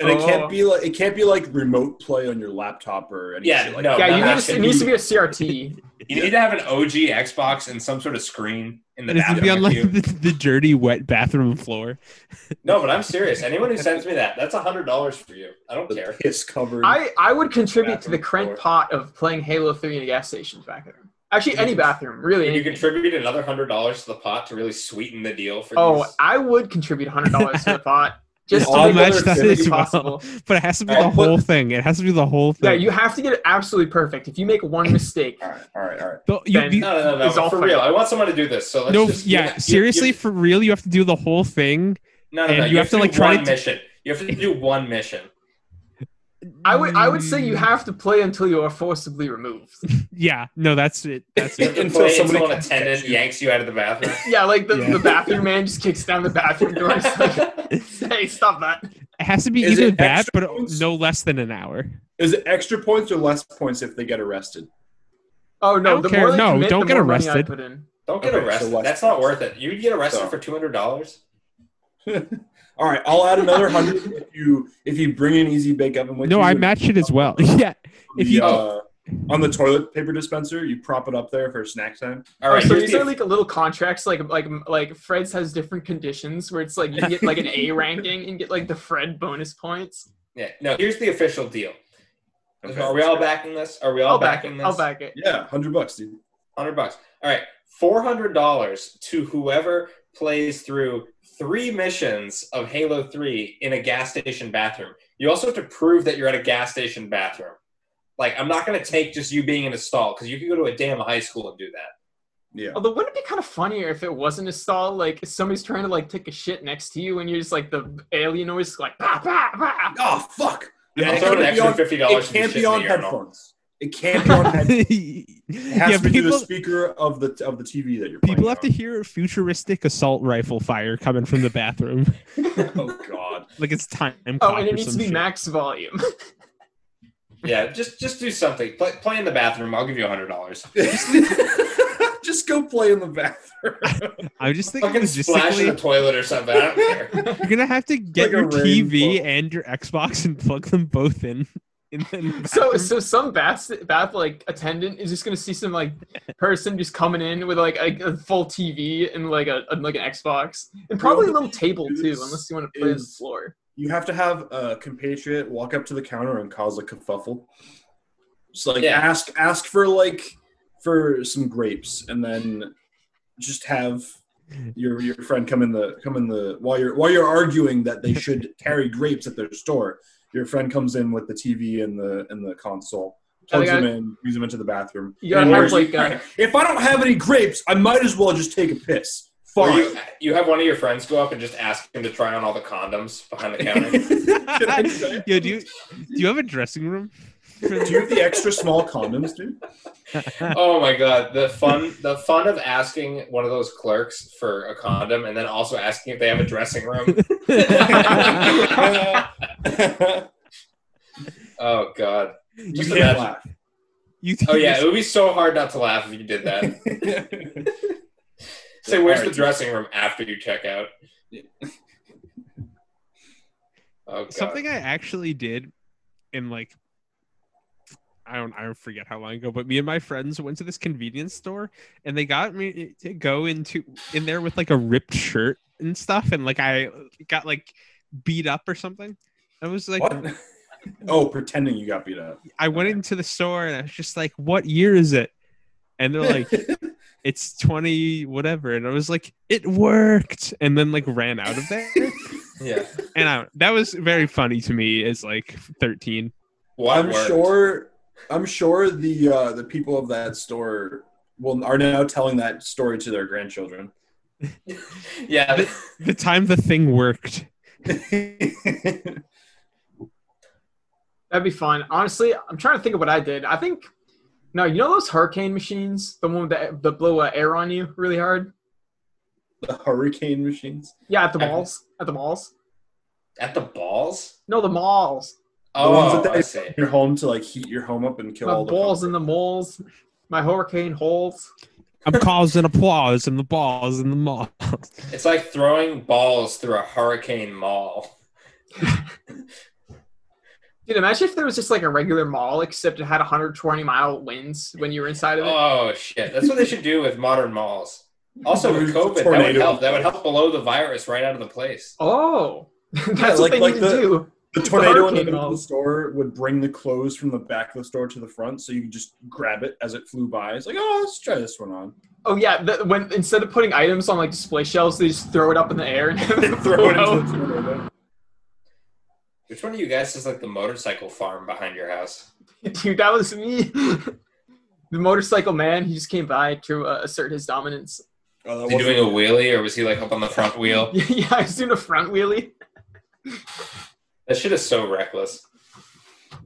[SPEAKER 5] And it
[SPEAKER 4] Oh.
[SPEAKER 5] can't be like it can't be like remote play on your laptop or anything.
[SPEAKER 2] Yeah,
[SPEAKER 5] like
[SPEAKER 2] no.
[SPEAKER 5] Oh, that.
[SPEAKER 4] yeah, you
[SPEAKER 2] That
[SPEAKER 4] need to,
[SPEAKER 2] should
[SPEAKER 4] it needs to be a CRT.
[SPEAKER 2] You need to have an OG Xbox and some sort of screen in the
[SPEAKER 3] And it's gonna be on
[SPEAKER 2] bathroom.
[SPEAKER 3] like
[SPEAKER 2] with you.
[SPEAKER 3] the, the dirty, wet bathroom floor.
[SPEAKER 2] No, but I'm serious. Anyone who sends me that, that's $100 for you. I don't
[SPEAKER 5] the
[SPEAKER 2] care.
[SPEAKER 5] piss covered.
[SPEAKER 4] I, I would contribute to the
[SPEAKER 2] Bathroom
[SPEAKER 4] crank
[SPEAKER 2] floor.
[SPEAKER 4] pot of playing Halo Three in a gas station bathroom. Actually, any bathroom, really.
[SPEAKER 2] Can you
[SPEAKER 4] anything.
[SPEAKER 2] contribute another $100 to the pot to really sweeten the deal for
[SPEAKER 4] Oh,
[SPEAKER 2] these-
[SPEAKER 4] I would contribute hundred dollars to the pot. Just
[SPEAKER 5] I'll
[SPEAKER 4] to make
[SPEAKER 5] match
[SPEAKER 4] it
[SPEAKER 5] that
[SPEAKER 4] as
[SPEAKER 3] as well.
[SPEAKER 4] possible.
[SPEAKER 3] But it has to be
[SPEAKER 2] All
[SPEAKER 3] the
[SPEAKER 2] right, put-
[SPEAKER 3] whole thing. It has to be the whole
[SPEAKER 4] Yeah,
[SPEAKER 3] thing.
[SPEAKER 4] you have to get it absolutely perfect. If you make one mistake,
[SPEAKER 5] All right, all right, all right.
[SPEAKER 3] The- you-
[SPEAKER 4] Ben,
[SPEAKER 3] you-
[SPEAKER 2] No, no, no,
[SPEAKER 4] It's
[SPEAKER 2] no.
[SPEAKER 4] all
[SPEAKER 2] For
[SPEAKER 4] fine.
[SPEAKER 2] real, I want someone to do this. So uh, let's
[SPEAKER 3] no,
[SPEAKER 2] just,
[SPEAKER 3] yeah,
[SPEAKER 2] you- you-
[SPEAKER 3] seriously,
[SPEAKER 2] you-
[SPEAKER 3] for real, you have to do the whole thing.
[SPEAKER 2] no, no, no.
[SPEAKER 3] and
[SPEAKER 2] You, have to like
[SPEAKER 3] try
[SPEAKER 2] one
[SPEAKER 3] to-
[SPEAKER 2] mission. You have to do one mission.
[SPEAKER 4] I would I would
[SPEAKER 3] Mm.
[SPEAKER 4] say you have to play until you are forcibly
[SPEAKER 3] *laughs*
[SPEAKER 4] removed.
[SPEAKER 3] Yeah, no, that's it. That's
[SPEAKER 2] You
[SPEAKER 3] it.
[SPEAKER 4] *laughs*
[SPEAKER 2] have to
[SPEAKER 5] Until
[SPEAKER 2] play
[SPEAKER 5] somebody
[SPEAKER 2] until an
[SPEAKER 5] catches
[SPEAKER 2] attendant
[SPEAKER 5] you.
[SPEAKER 2] yanks you out of the bathroom. *laughs*
[SPEAKER 4] Yeah, like the,
[SPEAKER 3] Yeah.
[SPEAKER 4] the bathroom man just kicks down the bathroom door. And
[SPEAKER 3] *laughs*
[SPEAKER 4] is like, hey, stop that!
[SPEAKER 3] It has to be
[SPEAKER 5] Is
[SPEAKER 3] either
[SPEAKER 5] it
[SPEAKER 3] that,
[SPEAKER 5] extra
[SPEAKER 3] but
[SPEAKER 5] points?
[SPEAKER 3] no less than an hour.
[SPEAKER 5] Is it extra points or less points if they get arrested?
[SPEAKER 3] I
[SPEAKER 4] Oh no!
[SPEAKER 3] don't
[SPEAKER 4] The
[SPEAKER 3] care.
[SPEAKER 4] more they
[SPEAKER 3] No,
[SPEAKER 4] commit,
[SPEAKER 3] don't
[SPEAKER 4] the
[SPEAKER 3] get
[SPEAKER 4] more money I
[SPEAKER 3] arrested.
[SPEAKER 4] put in.
[SPEAKER 2] Don't get
[SPEAKER 5] Okay, so
[SPEAKER 2] arrested.
[SPEAKER 5] what's-
[SPEAKER 2] That's not worth it. You'd get arrested
[SPEAKER 5] So-
[SPEAKER 2] for two hundred dollars.
[SPEAKER 5] *laughs* all right, I'll add another hundred if you if you bring an easy bake oven with
[SPEAKER 3] No,
[SPEAKER 5] you. Oh,
[SPEAKER 3] I match it as well. *laughs* yeah, if you *laughs*
[SPEAKER 5] The, uh, on the toilet paper dispenser, you prop it up there for snack time.
[SPEAKER 2] All
[SPEAKER 4] Oh,
[SPEAKER 2] right,
[SPEAKER 4] so
[SPEAKER 2] here's
[SPEAKER 4] these are
[SPEAKER 2] the,
[SPEAKER 4] like little contracts, like like like Fred's has different conditions where it's like you can get like
[SPEAKER 3] *laughs*
[SPEAKER 4] an A ranking and get like the Fred bonus points.
[SPEAKER 2] yeah, no, here's the official deal.
[SPEAKER 5] Okay.
[SPEAKER 2] Are we all backing this? Are we all
[SPEAKER 4] I'll back
[SPEAKER 2] backing
[SPEAKER 4] it.
[SPEAKER 2] this?
[SPEAKER 4] I'll back it.
[SPEAKER 5] Yeah, hundred bucks, dude.
[SPEAKER 2] Hundred bucks. All right, four hundred dollars to whoever plays through three missions of Halo Three in a gas station bathroom. You also have to prove that you're at a gas station bathroom. Like, I'm not gonna take just you being in a stall because you could go to a damn high school and do that.
[SPEAKER 5] Yeah.
[SPEAKER 4] Although wouldn't it be kind of funnier if it wasn't a stall? Like somebody's trying to like take a shit next to you and you're just like the alien noise like bah, bah, bah.
[SPEAKER 5] Oh fuck. Yeah,
[SPEAKER 2] I'll
[SPEAKER 5] it
[SPEAKER 2] throw an
[SPEAKER 5] can't be
[SPEAKER 2] extra
[SPEAKER 5] on-
[SPEAKER 2] fifty dollars.
[SPEAKER 5] It can't be on headphones. It can't
[SPEAKER 3] *laughs*
[SPEAKER 5] be on headphones. It has
[SPEAKER 3] yeah,
[SPEAKER 5] to be through the
[SPEAKER 3] people,
[SPEAKER 5] speaker of the of the TV that you're. playing
[SPEAKER 3] people have
[SPEAKER 5] on.
[SPEAKER 3] to hear futuristic assault rifle fire coming from the bathroom, *laughs*
[SPEAKER 5] Oh God. *laughs*
[SPEAKER 3] like it's time.
[SPEAKER 4] Oh,
[SPEAKER 3] clock
[SPEAKER 4] and
[SPEAKER 3] or
[SPEAKER 4] it needs
[SPEAKER 3] some
[SPEAKER 4] to be
[SPEAKER 3] shit.
[SPEAKER 4] max volume.
[SPEAKER 2] Yeah, just just do something. Play, play in the bathroom. I'll give you hundred dollars.
[SPEAKER 5] Just go play in the bathroom.
[SPEAKER 3] I just think
[SPEAKER 2] Fucking splash in the
[SPEAKER 3] logistically,
[SPEAKER 2] toilet or something. I don't care.
[SPEAKER 5] *laughs*
[SPEAKER 3] you're gonna have to get
[SPEAKER 5] Like a
[SPEAKER 3] your TV
[SPEAKER 5] rainbow.
[SPEAKER 3] and your Xbox and plug them both in. *laughs* in the
[SPEAKER 4] So
[SPEAKER 3] bathroom.
[SPEAKER 4] so some bath bath like attendant is just gonna see some like person just coming in with like a, a full TV and like a and, like an Xbox and probably a little table too, unless you want to play on the
[SPEAKER 5] Is-
[SPEAKER 4] floor.
[SPEAKER 5] you have to have a compatriot walk up to the counter and cause a kerfuffle. Just like
[SPEAKER 2] Yeah.
[SPEAKER 5] ask ask for like for some grapes, and then just have your your friend come in the come in the while you're while you're arguing that they should carry grapes at their store. Your friend comes in with the TV and the and the console.
[SPEAKER 4] Yeah, they
[SPEAKER 5] Plugs them in, brings them into the bathroom.
[SPEAKER 4] You gotta
[SPEAKER 5] And
[SPEAKER 4] have
[SPEAKER 5] you're-
[SPEAKER 4] like uh,
[SPEAKER 5] *laughs* if I don't have any grapes, I might as well just take a piss.
[SPEAKER 2] Or
[SPEAKER 5] Fine.
[SPEAKER 2] you, you have one of your friends go up and just ask him to try on all the condoms behind the
[SPEAKER 5] *laughs*
[SPEAKER 2] *laughs* counter.
[SPEAKER 3] *laughs* Yo, do you do you have a dressing room?
[SPEAKER 5] Do you have the extra small condoms, *laughs* dude?
[SPEAKER 2] oh my god, the fun the fun of asking one of those clerks for a condom and then also asking if they have a dressing
[SPEAKER 5] *laughs*
[SPEAKER 2] room. *laughs* oh god.
[SPEAKER 5] you
[SPEAKER 2] Just
[SPEAKER 5] can't laugh.
[SPEAKER 3] *laughs* you
[SPEAKER 2] Oh yeah, it would be so hard not to laugh if you did
[SPEAKER 5] *laughs*
[SPEAKER 2] that. Say, where's the dressing room after you check
[SPEAKER 5] *laughs*
[SPEAKER 2] out? Oh god.
[SPEAKER 3] something I actually did in like I don't I don't forget how long ago, but me and my friends went to this convenience store and they got me to go into in there with like a ripped shirt and stuff and like I got like beat up or something. I was like
[SPEAKER 5] What? Oh, pretending you got beat up.
[SPEAKER 3] I went into the store and I was just like, what year is it? And they're like it's 20 whatever and I was like it worked and then like ran out of there
[SPEAKER 2] Yeah.
[SPEAKER 3] and I, that was very funny to me as like 13
[SPEAKER 2] What
[SPEAKER 5] I'm
[SPEAKER 2] worked?
[SPEAKER 5] sure. I'm sure the uh, the people of that store will are now telling that story to their grandchildren. *laughs*
[SPEAKER 2] Yeah.
[SPEAKER 3] the time the thing worked.
[SPEAKER 4] that'd be fun. Honestly, I'm trying to think of what I did. I think no, you know those hurricane machines, the one that that blow uh, air on you really hard.
[SPEAKER 5] the hurricane machines.
[SPEAKER 4] Yeah, at the
[SPEAKER 2] Okay.
[SPEAKER 4] malls. At the malls.
[SPEAKER 2] At the balls?
[SPEAKER 4] No, the malls.
[SPEAKER 5] The ones
[SPEAKER 2] Oh,
[SPEAKER 5] that they
[SPEAKER 2] I see.
[SPEAKER 5] Your home to like heat your home up and kill
[SPEAKER 4] My
[SPEAKER 5] all the
[SPEAKER 4] balls in the moles. My hurricane holes.
[SPEAKER 3] I'm causing applause and the balls and the mall.
[SPEAKER 2] It's like throwing balls through a hurricane mall.
[SPEAKER 4] Dude, imagine if there was just like a regular mall, except it had 120 mile winds when you were inside of it.
[SPEAKER 2] Oh shit! That's what they should do with modern malls.
[SPEAKER 5] *laughs*
[SPEAKER 2] Also, with
[SPEAKER 5] There's a
[SPEAKER 2] COVID, that would
[SPEAKER 5] tornado.
[SPEAKER 2] help. That would help blow the virus right out of the place.
[SPEAKER 4] oh, *laughs* that's
[SPEAKER 5] like-
[SPEAKER 4] what they
[SPEAKER 5] like
[SPEAKER 4] need
[SPEAKER 5] the-
[SPEAKER 4] to do.
[SPEAKER 5] The tornado in the
[SPEAKER 4] hurricane
[SPEAKER 5] middle of the
[SPEAKER 4] malls.
[SPEAKER 5] store would bring the clothes from the back of the store to the front, so you could just grab it as it flew by. It's like, oh, let's try this one on. *laughs*
[SPEAKER 4] Oh yeah, the, when instead of putting items on like display shelves, they just throw it up in the air *laughs* and
[SPEAKER 5] Throw it into the tornado.
[SPEAKER 2] Which one of you guys is like the motorcycle farm behind your house?
[SPEAKER 4] Dude, that was me. *laughs* the motorcycle man, he just came by to uh, assert his dominance. *laughs*
[SPEAKER 5] Oh, that
[SPEAKER 2] Was he
[SPEAKER 5] wasn't-
[SPEAKER 2] doing a wheelie or was he like up on the front wheel?
[SPEAKER 4] yeah, I was doing a front wheelie.
[SPEAKER 2] That shit is so reckless.
[SPEAKER 5] I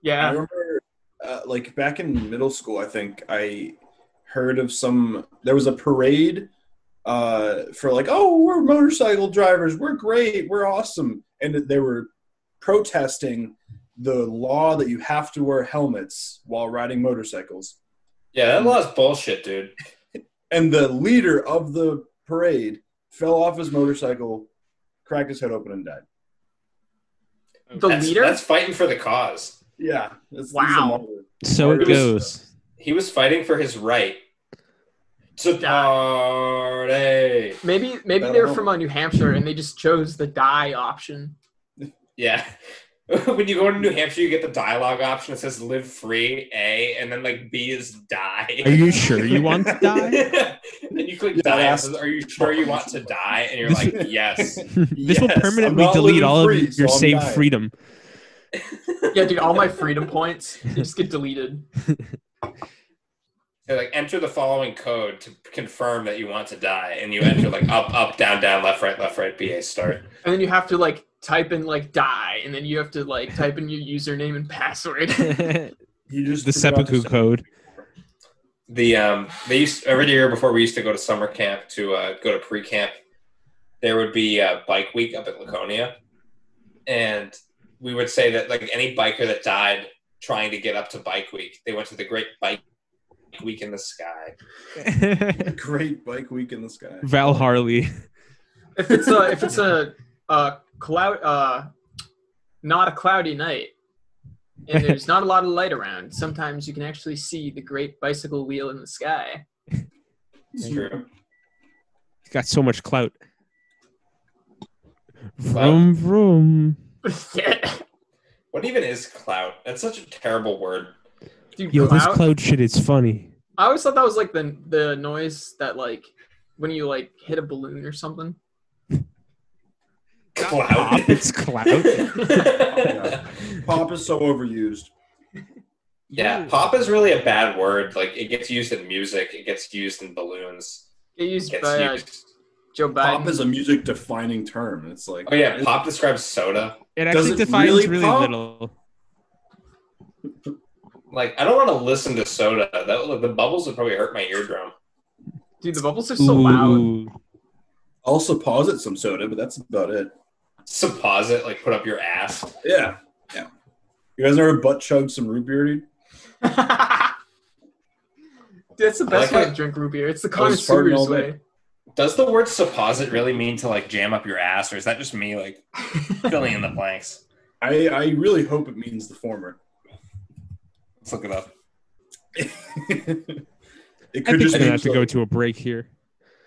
[SPEAKER 4] Yeah.
[SPEAKER 5] remember, uh, like back in middle school, I think I heard of some. There was a parade uh, for like, oh, we're motorcycle drivers, we're great, we're awesome, and they were protesting the law that you have to wear helmets while riding motorcycles.
[SPEAKER 2] Yeah, that law's bullshit, dude.
[SPEAKER 5] And the leader of the parade fell off his motorcycle, cracked his head open, and died.
[SPEAKER 4] The
[SPEAKER 2] that's,
[SPEAKER 4] leader?
[SPEAKER 2] That's fighting for the cause.
[SPEAKER 5] Yeah, that's, he's a
[SPEAKER 4] Wow.
[SPEAKER 5] martyr.
[SPEAKER 3] So
[SPEAKER 5] Or
[SPEAKER 3] it
[SPEAKER 5] it was-
[SPEAKER 3] goes.
[SPEAKER 2] He was fighting for his right to party.
[SPEAKER 4] Maybe maybe
[SPEAKER 5] I
[SPEAKER 4] they were
[SPEAKER 5] don't
[SPEAKER 4] from
[SPEAKER 5] know.
[SPEAKER 4] uh, New Hampshire and they just chose the die option.
[SPEAKER 2] Yeah. *laughs* when you go to New Hampshire, you get the dialogue option that says live free, A, and then like B is die. *laughs*
[SPEAKER 3] Are you sure you want to
[SPEAKER 5] *laughs*
[SPEAKER 3] die?
[SPEAKER 2] and you click
[SPEAKER 5] Yeah,
[SPEAKER 2] die. and it
[SPEAKER 5] that's-
[SPEAKER 2] says, Are you sure you want to die? And you're like, yes.
[SPEAKER 3] this will
[SPEAKER 5] Yes, I'm
[SPEAKER 3] permanently
[SPEAKER 5] not
[SPEAKER 3] delete
[SPEAKER 5] living
[SPEAKER 3] all
[SPEAKER 5] free,
[SPEAKER 3] of your
[SPEAKER 5] so I'm
[SPEAKER 3] saved
[SPEAKER 5] dying. *laughs*
[SPEAKER 3] freedom.
[SPEAKER 4] Yeah, dude, all my freedom points they just get deleted.
[SPEAKER 2] They're like, enter the following code to confirm that you want to die. And you enter like up, up, down, down, left, right, left, right, BA start.
[SPEAKER 4] And then you have to like type in like die and then you have
[SPEAKER 3] *laughs*
[SPEAKER 4] to like type in your username and password.
[SPEAKER 3] the
[SPEAKER 5] He just forgot to
[SPEAKER 3] seppuku
[SPEAKER 5] say- *laughs*
[SPEAKER 3] code.
[SPEAKER 2] The um they used every year before we used to go to summer camp to uh, go to pre camp, there would be uh, bike week up at Laconia. And we would say that like any biker that died trying to get up to bike week, they went to the great bike week in the sky.
[SPEAKER 5] Great bike week in the sky.
[SPEAKER 3] Val Harley.
[SPEAKER 4] if it's a if it's a uh cloud uh not a cloudy night
[SPEAKER 3] *laughs*
[SPEAKER 4] and there's not a lot of light around sometimes you can actually see the great bicycle wheel in the sky *laughs*
[SPEAKER 2] It's true.
[SPEAKER 3] He's got so much clout. Vroom vroom.
[SPEAKER 4] yeah
[SPEAKER 2] What even is clout? That's such a terrible word.
[SPEAKER 4] dude
[SPEAKER 3] Yo, this
[SPEAKER 4] cloud-
[SPEAKER 3] cloud shit is funny.
[SPEAKER 4] i always thought that was like the the noise that like when you like hit a balloon or something
[SPEAKER 2] Clout.
[SPEAKER 3] *laughs* It's clout.
[SPEAKER 5] Pop is so overused.
[SPEAKER 2] Yeah, pop is really a bad word. Like it gets used in music, it gets used in balloons,
[SPEAKER 4] it
[SPEAKER 2] it
[SPEAKER 4] used
[SPEAKER 2] gets
[SPEAKER 4] by uh,
[SPEAKER 2] used.
[SPEAKER 4] joe biden
[SPEAKER 5] Pop is a music defining term. It's like
[SPEAKER 2] Oh yeah, pop describes soda.
[SPEAKER 3] It
[SPEAKER 5] Does
[SPEAKER 3] actually
[SPEAKER 5] it
[SPEAKER 3] defines
[SPEAKER 5] really
[SPEAKER 3] really,
[SPEAKER 5] pop?
[SPEAKER 3] little.
[SPEAKER 2] Like I don't want to listen to soda. That like, the bubbles would probably hurt my eardrum.
[SPEAKER 4] dude the bubbles are so loud
[SPEAKER 5] also pause it some soda, but that's about it.
[SPEAKER 2] Supposit, like put up your ass.
[SPEAKER 5] Yeah. Yeah. You guys ever butt chug some root beer, dude?
[SPEAKER 4] *laughs* Dude, that's the
[SPEAKER 2] like
[SPEAKER 4] best
[SPEAKER 2] how-
[SPEAKER 4] way to drink root beer it's the
[SPEAKER 5] I was farting
[SPEAKER 4] connoisseur's
[SPEAKER 5] all day.
[SPEAKER 4] way
[SPEAKER 2] Does the word supposit really mean to like jam up your ass, or is that just me like filling in the blanks?
[SPEAKER 5] I, I really hope it means the former. *laughs*
[SPEAKER 2] Let's look it up.
[SPEAKER 5] it
[SPEAKER 3] I think
[SPEAKER 5] could just
[SPEAKER 3] we're
[SPEAKER 5] mean
[SPEAKER 3] gonna have to
[SPEAKER 5] like,
[SPEAKER 3] go to a break here.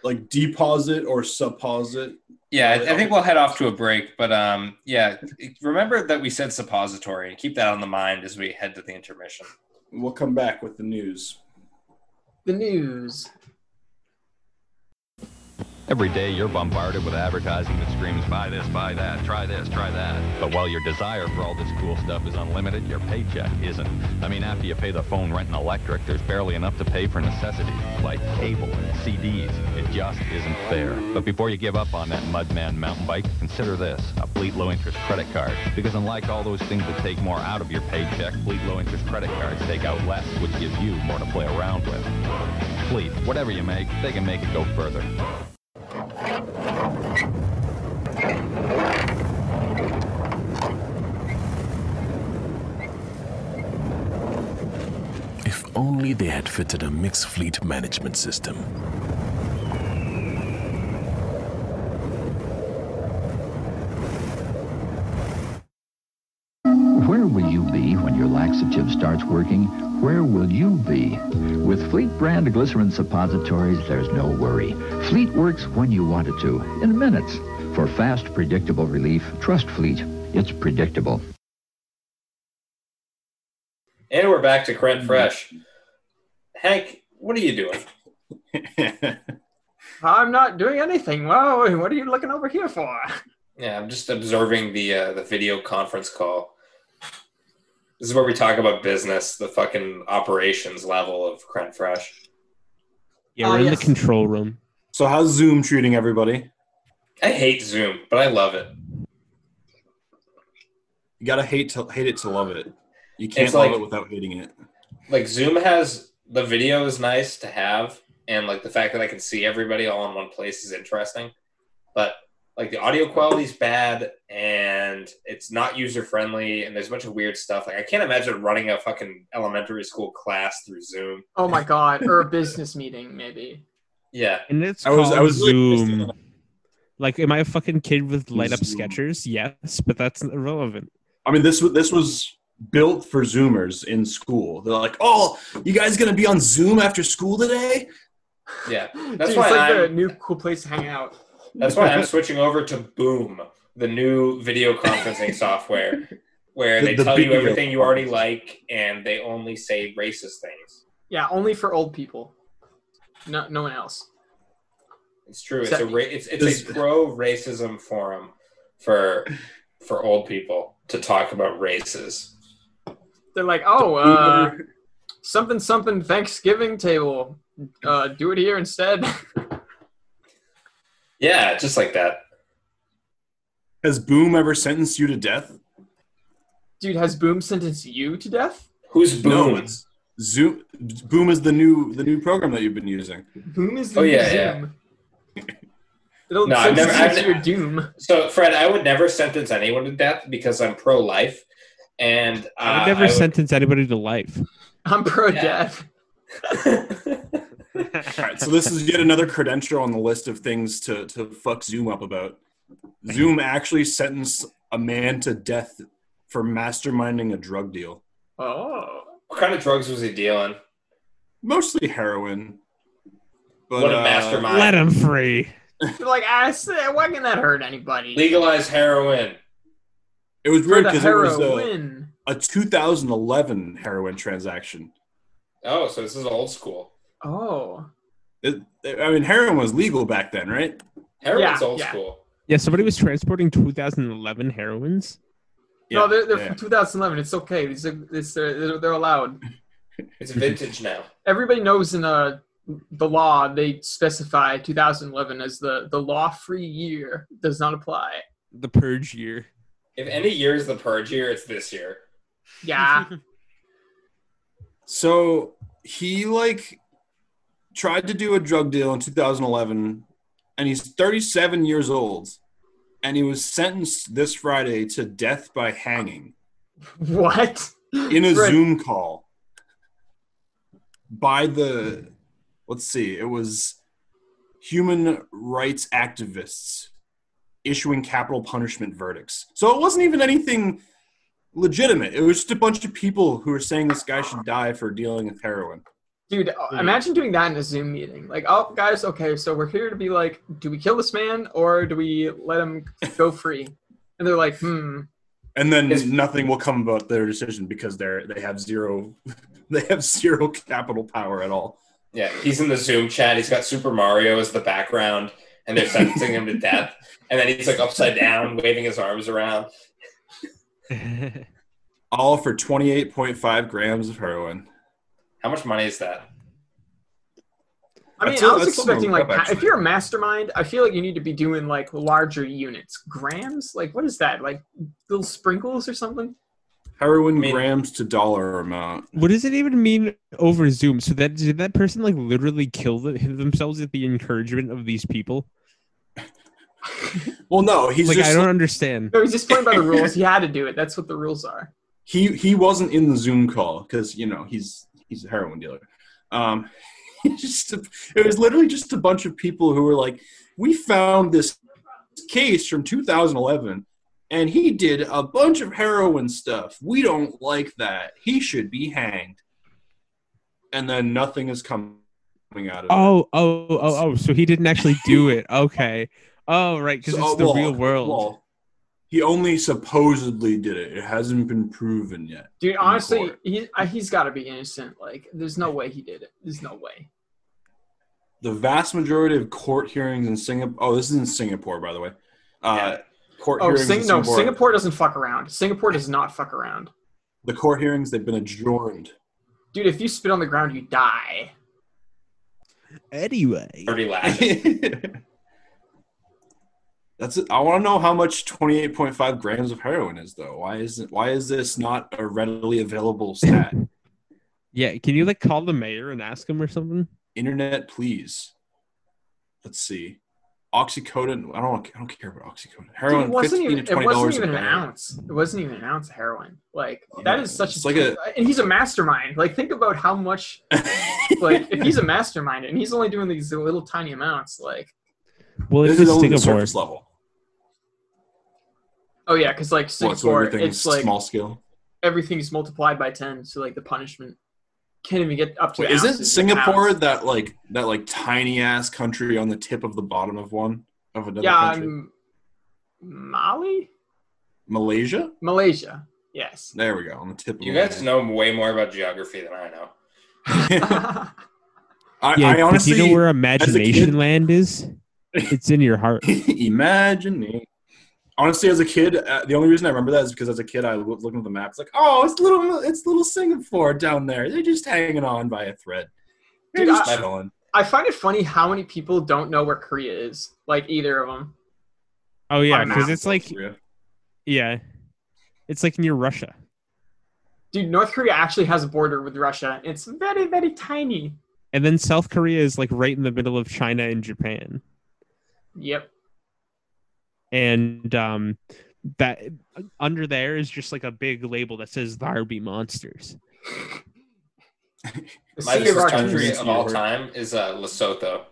[SPEAKER 5] like deposit or supposit.
[SPEAKER 2] Yeah, I, I think we'll head off to a break, but um, yeah, remember that we said suppository. Keep that on the mind as we head to the intermission.
[SPEAKER 5] We'll come back with the news. *laughs*
[SPEAKER 4] the news
[SPEAKER 6] Every day you're bombarded with advertising that screams, buy this, buy that, try this, try that. But while your desire for all this cool stuff is unlimited, your paycheck isn't. I mean, after you pay the phone rent and electric, there's barely enough to pay for necessities like cable and CDs. It just isn't fair. But before you give up on that Mudman mountain bike, consider this, a Fleet Low Interest credit card. Because unlike all those things that take more out of your paycheck, Fleet Low Interest credit cards take out less, which gives you more to play around with. Fleet, whatever you make, they can make it go further.
[SPEAKER 7] If only they had fitted a mixed fleet management system.
[SPEAKER 8] Where will you be when your laxative starts working? Where will you be? With Fleet brand glycerin suppositories, there's no worry. Fleet works when you want it to, in minutes. For fast, predictable relief, trust Fleet. It's predictable.
[SPEAKER 2] And we're back to Crent Fresh. Hank, what are you doing?
[SPEAKER 4] I'm not doing anything. Whoa, what are you looking over here for?
[SPEAKER 2] Yeah, I'm just observing the uh, the video conference call. This is where we talk about business, the fucking operations level of Crent Fresh.
[SPEAKER 3] Yeah,
[SPEAKER 4] Ah,
[SPEAKER 3] we're in
[SPEAKER 4] yes.
[SPEAKER 3] the control room.
[SPEAKER 5] So how's Zoom treating everybody?
[SPEAKER 2] I hate Zoom, but I love it.
[SPEAKER 5] You gotta hate to hate it to love it. You can't
[SPEAKER 2] It's
[SPEAKER 5] love
[SPEAKER 2] like-
[SPEAKER 5] it without hating it.
[SPEAKER 2] Like Zoom has the video is nice to have, and like the fact that I can see everybody all in one place is interesting. But like the audio quality's bad, and it's not user friendly, and there's a bunch of weird stuff. Like I can't imagine running a fucking elementary school class through Zoom.
[SPEAKER 4] Oh my god, or a business meeting maybe.
[SPEAKER 2] Yeah,
[SPEAKER 3] And it's
[SPEAKER 5] I was-
[SPEAKER 3] called
[SPEAKER 5] I was really pissed
[SPEAKER 3] Zoom.
[SPEAKER 5] at that.
[SPEAKER 3] like, am I a fucking kid with light up
[SPEAKER 5] Zoom.
[SPEAKER 3] sketchers? Yes, but that's irrelevant.
[SPEAKER 5] I mean, this was this was built for Zoomers in school. They're like, "Oh, you guys gonna be on Zoom after school today?"
[SPEAKER 2] yeah.
[SPEAKER 4] *laughs* Dude,
[SPEAKER 2] That's
[SPEAKER 4] it's
[SPEAKER 2] why
[SPEAKER 4] like the
[SPEAKER 2] I'm-
[SPEAKER 4] new cool place to hang out.
[SPEAKER 2] That's why
[SPEAKER 4] *laughs*
[SPEAKER 2] I'm switching over to Boom, the new video
[SPEAKER 4] *laughs*
[SPEAKER 2] conferencing software, where
[SPEAKER 5] The-
[SPEAKER 2] they
[SPEAKER 5] the
[SPEAKER 2] tell you
[SPEAKER 5] video
[SPEAKER 2] everything you already like, and they only say racist things.
[SPEAKER 4] Yeah, only for old people. No, no one else.
[SPEAKER 2] It's true. It's
[SPEAKER 4] So-
[SPEAKER 2] a ra- it's,
[SPEAKER 5] Does-
[SPEAKER 2] it's a pro racism forum for for old people to talk about races.
[SPEAKER 4] They're like, oh, uh, something, something Thanksgiving table. Uh, do it here instead. *laughs*
[SPEAKER 2] Yeah, just like that.
[SPEAKER 5] Has Boom ever sentenced you to death?
[SPEAKER 4] Dude, has Boom sentenced you to death?
[SPEAKER 2] Who's Boom?
[SPEAKER 5] it's Zoom. Boom is the new the new program that you've been using.
[SPEAKER 4] Boom is the
[SPEAKER 2] Oh,
[SPEAKER 4] new
[SPEAKER 2] yeah, yeah.
[SPEAKER 4] Zoom. It'll
[SPEAKER 2] No, I've never-
[SPEAKER 4] sentence
[SPEAKER 2] I've
[SPEAKER 4] you to
[SPEAKER 2] ne-
[SPEAKER 4] your doom.
[SPEAKER 2] so, Fred, I would never sentence anyone to death because I'm pro life, and uh,
[SPEAKER 3] I would never
[SPEAKER 2] I would-
[SPEAKER 3] sentence anybody to life.
[SPEAKER 4] I'm pro
[SPEAKER 2] Yeah.
[SPEAKER 4] death.
[SPEAKER 5] All right, so this is yet another credential on the list of things to to fuck Zoom up about. Zoom actually sentenced a man to death for masterminding a drug deal,
[SPEAKER 4] Oh.
[SPEAKER 2] *laughs* what kind of drugs was he dealing?
[SPEAKER 5] mostly heroin. But,
[SPEAKER 2] what a
[SPEAKER 5] uh,
[SPEAKER 2] mastermind!
[SPEAKER 3] Let him free.
[SPEAKER 4] They're like, I said, why can that hurt anybody?
[SPEAKER 2] Legalize heroin.
[SPEAKER 5] It was
[SPEAKER 4] for
[SPEAKER 5] weird
[SPEAKER 4] the
[SPEAKER 5] because it was uh, a,
[SPEAKER 4] heroin.
[SPEAKER 5] a 2011 heroin transaction.
[SPEAKER 2] Oh, so this is old school.
[SPEAKER 4] Oh.
[SPEAKER 5] It, I mean, heroin was legal back then, right?
[SPEAKER 2] Heroin's
[SPEAKER 4] Yeah,
[SPEAKER 2] old
[SPEAKER 4] yeah.
[SPEAKER 2] school.
[SPEAKER 3] Yeah, somebody was transporting 2011 heroines.
[SPEAKER 4] no, they're, they're
[SPEAKER 5] yeah.
[SPEAKER 4] from 2011. It's okay. These are, this, are- they're, they're allowed.
[SPEAKER 2] It's vintage now.
[SPEAKER 4] everybody knows in uh, the law they specify 2011 as the the law free year does not apply
[SPEAKER 3] The purge year.
[SPEAKER 2] If any year is the purge year, it's this year.
[SPEAKER 4] yeah
[SPEAKER 5] So he like tried to do a drug deal in 2011, and he's 37 years old, and he was sentenced this Friday to death by hanging
[SPEAKER 4] what
[SPEAKER 5] in a
[SPEAKER 4] Fred,
[SPEAKER 5] Zoom call by the let's see, it was human rights activists issuing capital punishment verdicts. So it wasn't even anything legitimate. It was just a bunch of people who were saying this guy should die for dealing with heroin.
[SPEAKER 4] dude uh, imagine doing that in a zoom meeting like oh guys okay so we're here to be like do we kill this man or do we let him go free and they're like hmm
[SPEAKER 5] and then
[SPEAKER 2] It's-
[SPEAKER 5] nothing will come about their decision because they're they have zero *laughs* they have zero capital power at all
[SPEAKER 2] Yeah, he's in the Zoom chat. He's got Super Mario as the background, and they're sentencing him to death. And then he's like upside down, waving his arms around.
[SPEAKER 5] all for 28.5 grams of heroin
[SPEAKER 2] How much money is that?
[SPEAKER 4] I mean,
[SPEAKER 5] That's a-
[SPEAKER 4] I was
[SPEAKER 5] that's a
[SPEAKER 4] expecting
[SPEAKER 5] little
[SPEAKER 4] like
[SPEAKER 5] rough,
[SPEAKER 4] if
[SPEAKER 5] actually.
[SPEAKER 4] you're a mastermind, I feel like you need to be doing like larger units, grams. Like what is that? Like little sprinkles or something? *laughs*
[SPEAKER 5] heroin
[SPEAKER 2] I mean-
[SPEAKER 5] grams to dollar amount
[SPEAKER 3] What does it even mean over Zoom? So that did that person like literally kill the, themselves at the encouragement of these people?
[SPEAKER 5] well no he's
[SPEAKER 3] like I
[SPEAKER 5] just
[SPEAKER 3] don't understand.
[SPEAKER 4] No, he's just playing by the rules. He had to do it. That's what the rules are.
[SPEAKER 5] he he wasn't in the zoom call because you know he's he's a heroin dealer um *laughs* he's just a- it was literally just a bunch of people who were like we found this case from 2011 and he did a bunch of heroin stuff we don't like that he should be hanged and then nothing is coming out of it
[SPEAKER 3] Oh, oh, oh, oh. So he didn't actually
[SPEAKER 5] *laughs*
[SPEAKER 3] do it. Okay. Oh, right, because
[SPEAKER 5] So- uh,
[SPEAKER 3] it's the
[SPEAKER 5] well,
[SPEAKER 3] real world.
[SPEAKER 5] well, he only supposedly did it it hasn't been proven yet
[SPEAKER 4] Dude, honestly,
[SPEAKER 5] court.
[SPEAKER 4] he I- he's got to be innocent. Like there's no way he did it. There's no way.
[SPEAKER 5] the vast majority of court hearings in Singapore. Oh, this is in Singapore, by the way. Uh, court
[SPEAKER 4] Oh,
[SPEAKER 5] hearings.
[SPEAKER 4] Sing-
[SPEAKER 5] in
[SPEAKER 4] no,
[SPEAKER 5] Singapore,
[SPEAKER 4] Singapore doesn't fuck around. Singapore does not fuck around.
[SPEAKER 5] The court hearings they've been
[SPEAKER 4] *laughs*
[SPEAKER 5] adjourned.
[SPEAKER 4] Dude, if you spit on the ground, you die.
[SPEAKER 3] Anyway,
[SPEAKER 2] Dirty lashes.
[SPEAKER 5] That's it. I want to know how much 28.5 grams of heroin is though. Why isn't why is this not a readily available
[SPEAKER 4] *laughs*
[SPEAKER 5] stat?
[SPEAKER 3] yeah. Can you like call the mayor and ask him or something?
[SPEAKER 5] Internet, please. Let's see. Oxycodone. I don't. I don't care about oxycodone.
[SPEAKER 4] Dude,
[SPEAKER 5] Heroin.
[SPEAKER 4] it wasn't
[SPEAKER 5] 15
[SPEAKER 4] even,
[SPEAKER 5] to
[SPEAKER 4] it
[SPEAKER 5] twenty
[SPEAKER 4] wasn't
[SPEAKER 5] dollars
[SPEAKER 4] even
[SPEAKER 5] a
[SPEAKER 4] an
[SPEAKER 5] pound.
[SPEAKER 4] ounce. It wasn't even an ounce of heroin. Like that
[SPEAKER 5] Yeah,
[SPEAKER 4] is such
[SPEAKER 5] it's
[SPEAKER 4] a,
[SPEAKER 5] like a-
[SPEAKER 4] and he's a mastermind. Like think about how
[SPEAKER 5] *laughs*
[SPEAKER 4] much like if he's a mastermind and he's only doing these little tiny amounts, like
[SPEAKER 3] Well,
[SPEAKER 5] this
[SPEAKER 3] it's
[SPEAKER 5] is only the
[SPEAKER 3] just Singapore.
[SPEAKER 5] surface level.
[SPEAKER 4] oh yeah, because like
[SPEAKER 5] What, so
[SPEAKER 4] Singapore,
[SPEAKER 5] everything's
[SPEAKER 4] it's like
[SPEAKER 5] small scale.
[SPEAKER 4] everything's multiplied by ten, so like the punishment can't even get up to.
[SPEAKER 5] Wait, isn't
[SPEAKER 4] ounces,
[SPEAKER 5] Singapore
[SPEAKER 4] pounds.
[SPEAKER 5] that like that like tiny ass country on the tip of the bottom of one of another
[SPEAKER 4] Yeah,
[SPEAKER 5] country?
[SPEAKER 4] um, Mali,
[SPEAKER 5] Malaysia.
[SPEAKER 4] Malaysia.
[SPEAKER 5] *laughs*
[SPEAKER 4] Yes. *laughs*
[SPEAKER 5] There we go. On the tip. Of
[SPEAKER 2] You
[SPEAKER 5] Malaysia.
[SPEAKER 2] guys know way more about geography than I know.
[SPEAKER 5] *laughs* I,
[SPEAKER 3] Yeah,
[SPEAKER 5] I honestly
[SPEAKER 3] do you know
[SPEAKER 5] *laughs*
[SPEAKER 3] where
[SPEAKER 5] kid-
[SPEAKER 3] Imagination Land
[SPEAKER 5] *laughs*
[SPEAKER 3] is? It's in your heart.
[SPEAKER 5] imagine me. Honestly, as a kid, uh, the only reason I remember that is because as a kid, I was looking at the maps like, oh, it's little, it's little Singapore down there. They're just hanging on by a thread. They're
[SPEAKER 4] Dude,
[SPEAKER 5] just
[SPEAKER 2] I-
[SPEAKER 5] chilling.
[SPEAKER 4] I find it funny how many people don't know where Korea is. Like either of them.
[SPEAKER 3] Oh yeah,
[SPEAKER 4] On
[SPEAKER 3] because
[SPEAKER 4] maps.
[SPEAKER 3] it's like
[SPEAKER 5] Yeah.
[SPEAKER 3] yeah, it's like near Russia.
[SPEAKER 4] Dude, North Korea actually has a border with Russia. It's very, very tiny.
[SPEAKER 3] And then South Korea is like right in the middle of China and Japan.
[SPEAKER 4] Yep.
[SPEAKER 3] And um that under there is just like a big label that says Tharby Monsters.
[SPEAKER 4] The
[SPEAKER 2] My
[SPEAKER 4] Sea of
[SPEAKER 2] favorite
[SPEAKER 4] Arctic
[SPEAKER 2] country
[SPEAKER 4] is-
[SPEAKER 2] of all time is uh, Lesotho.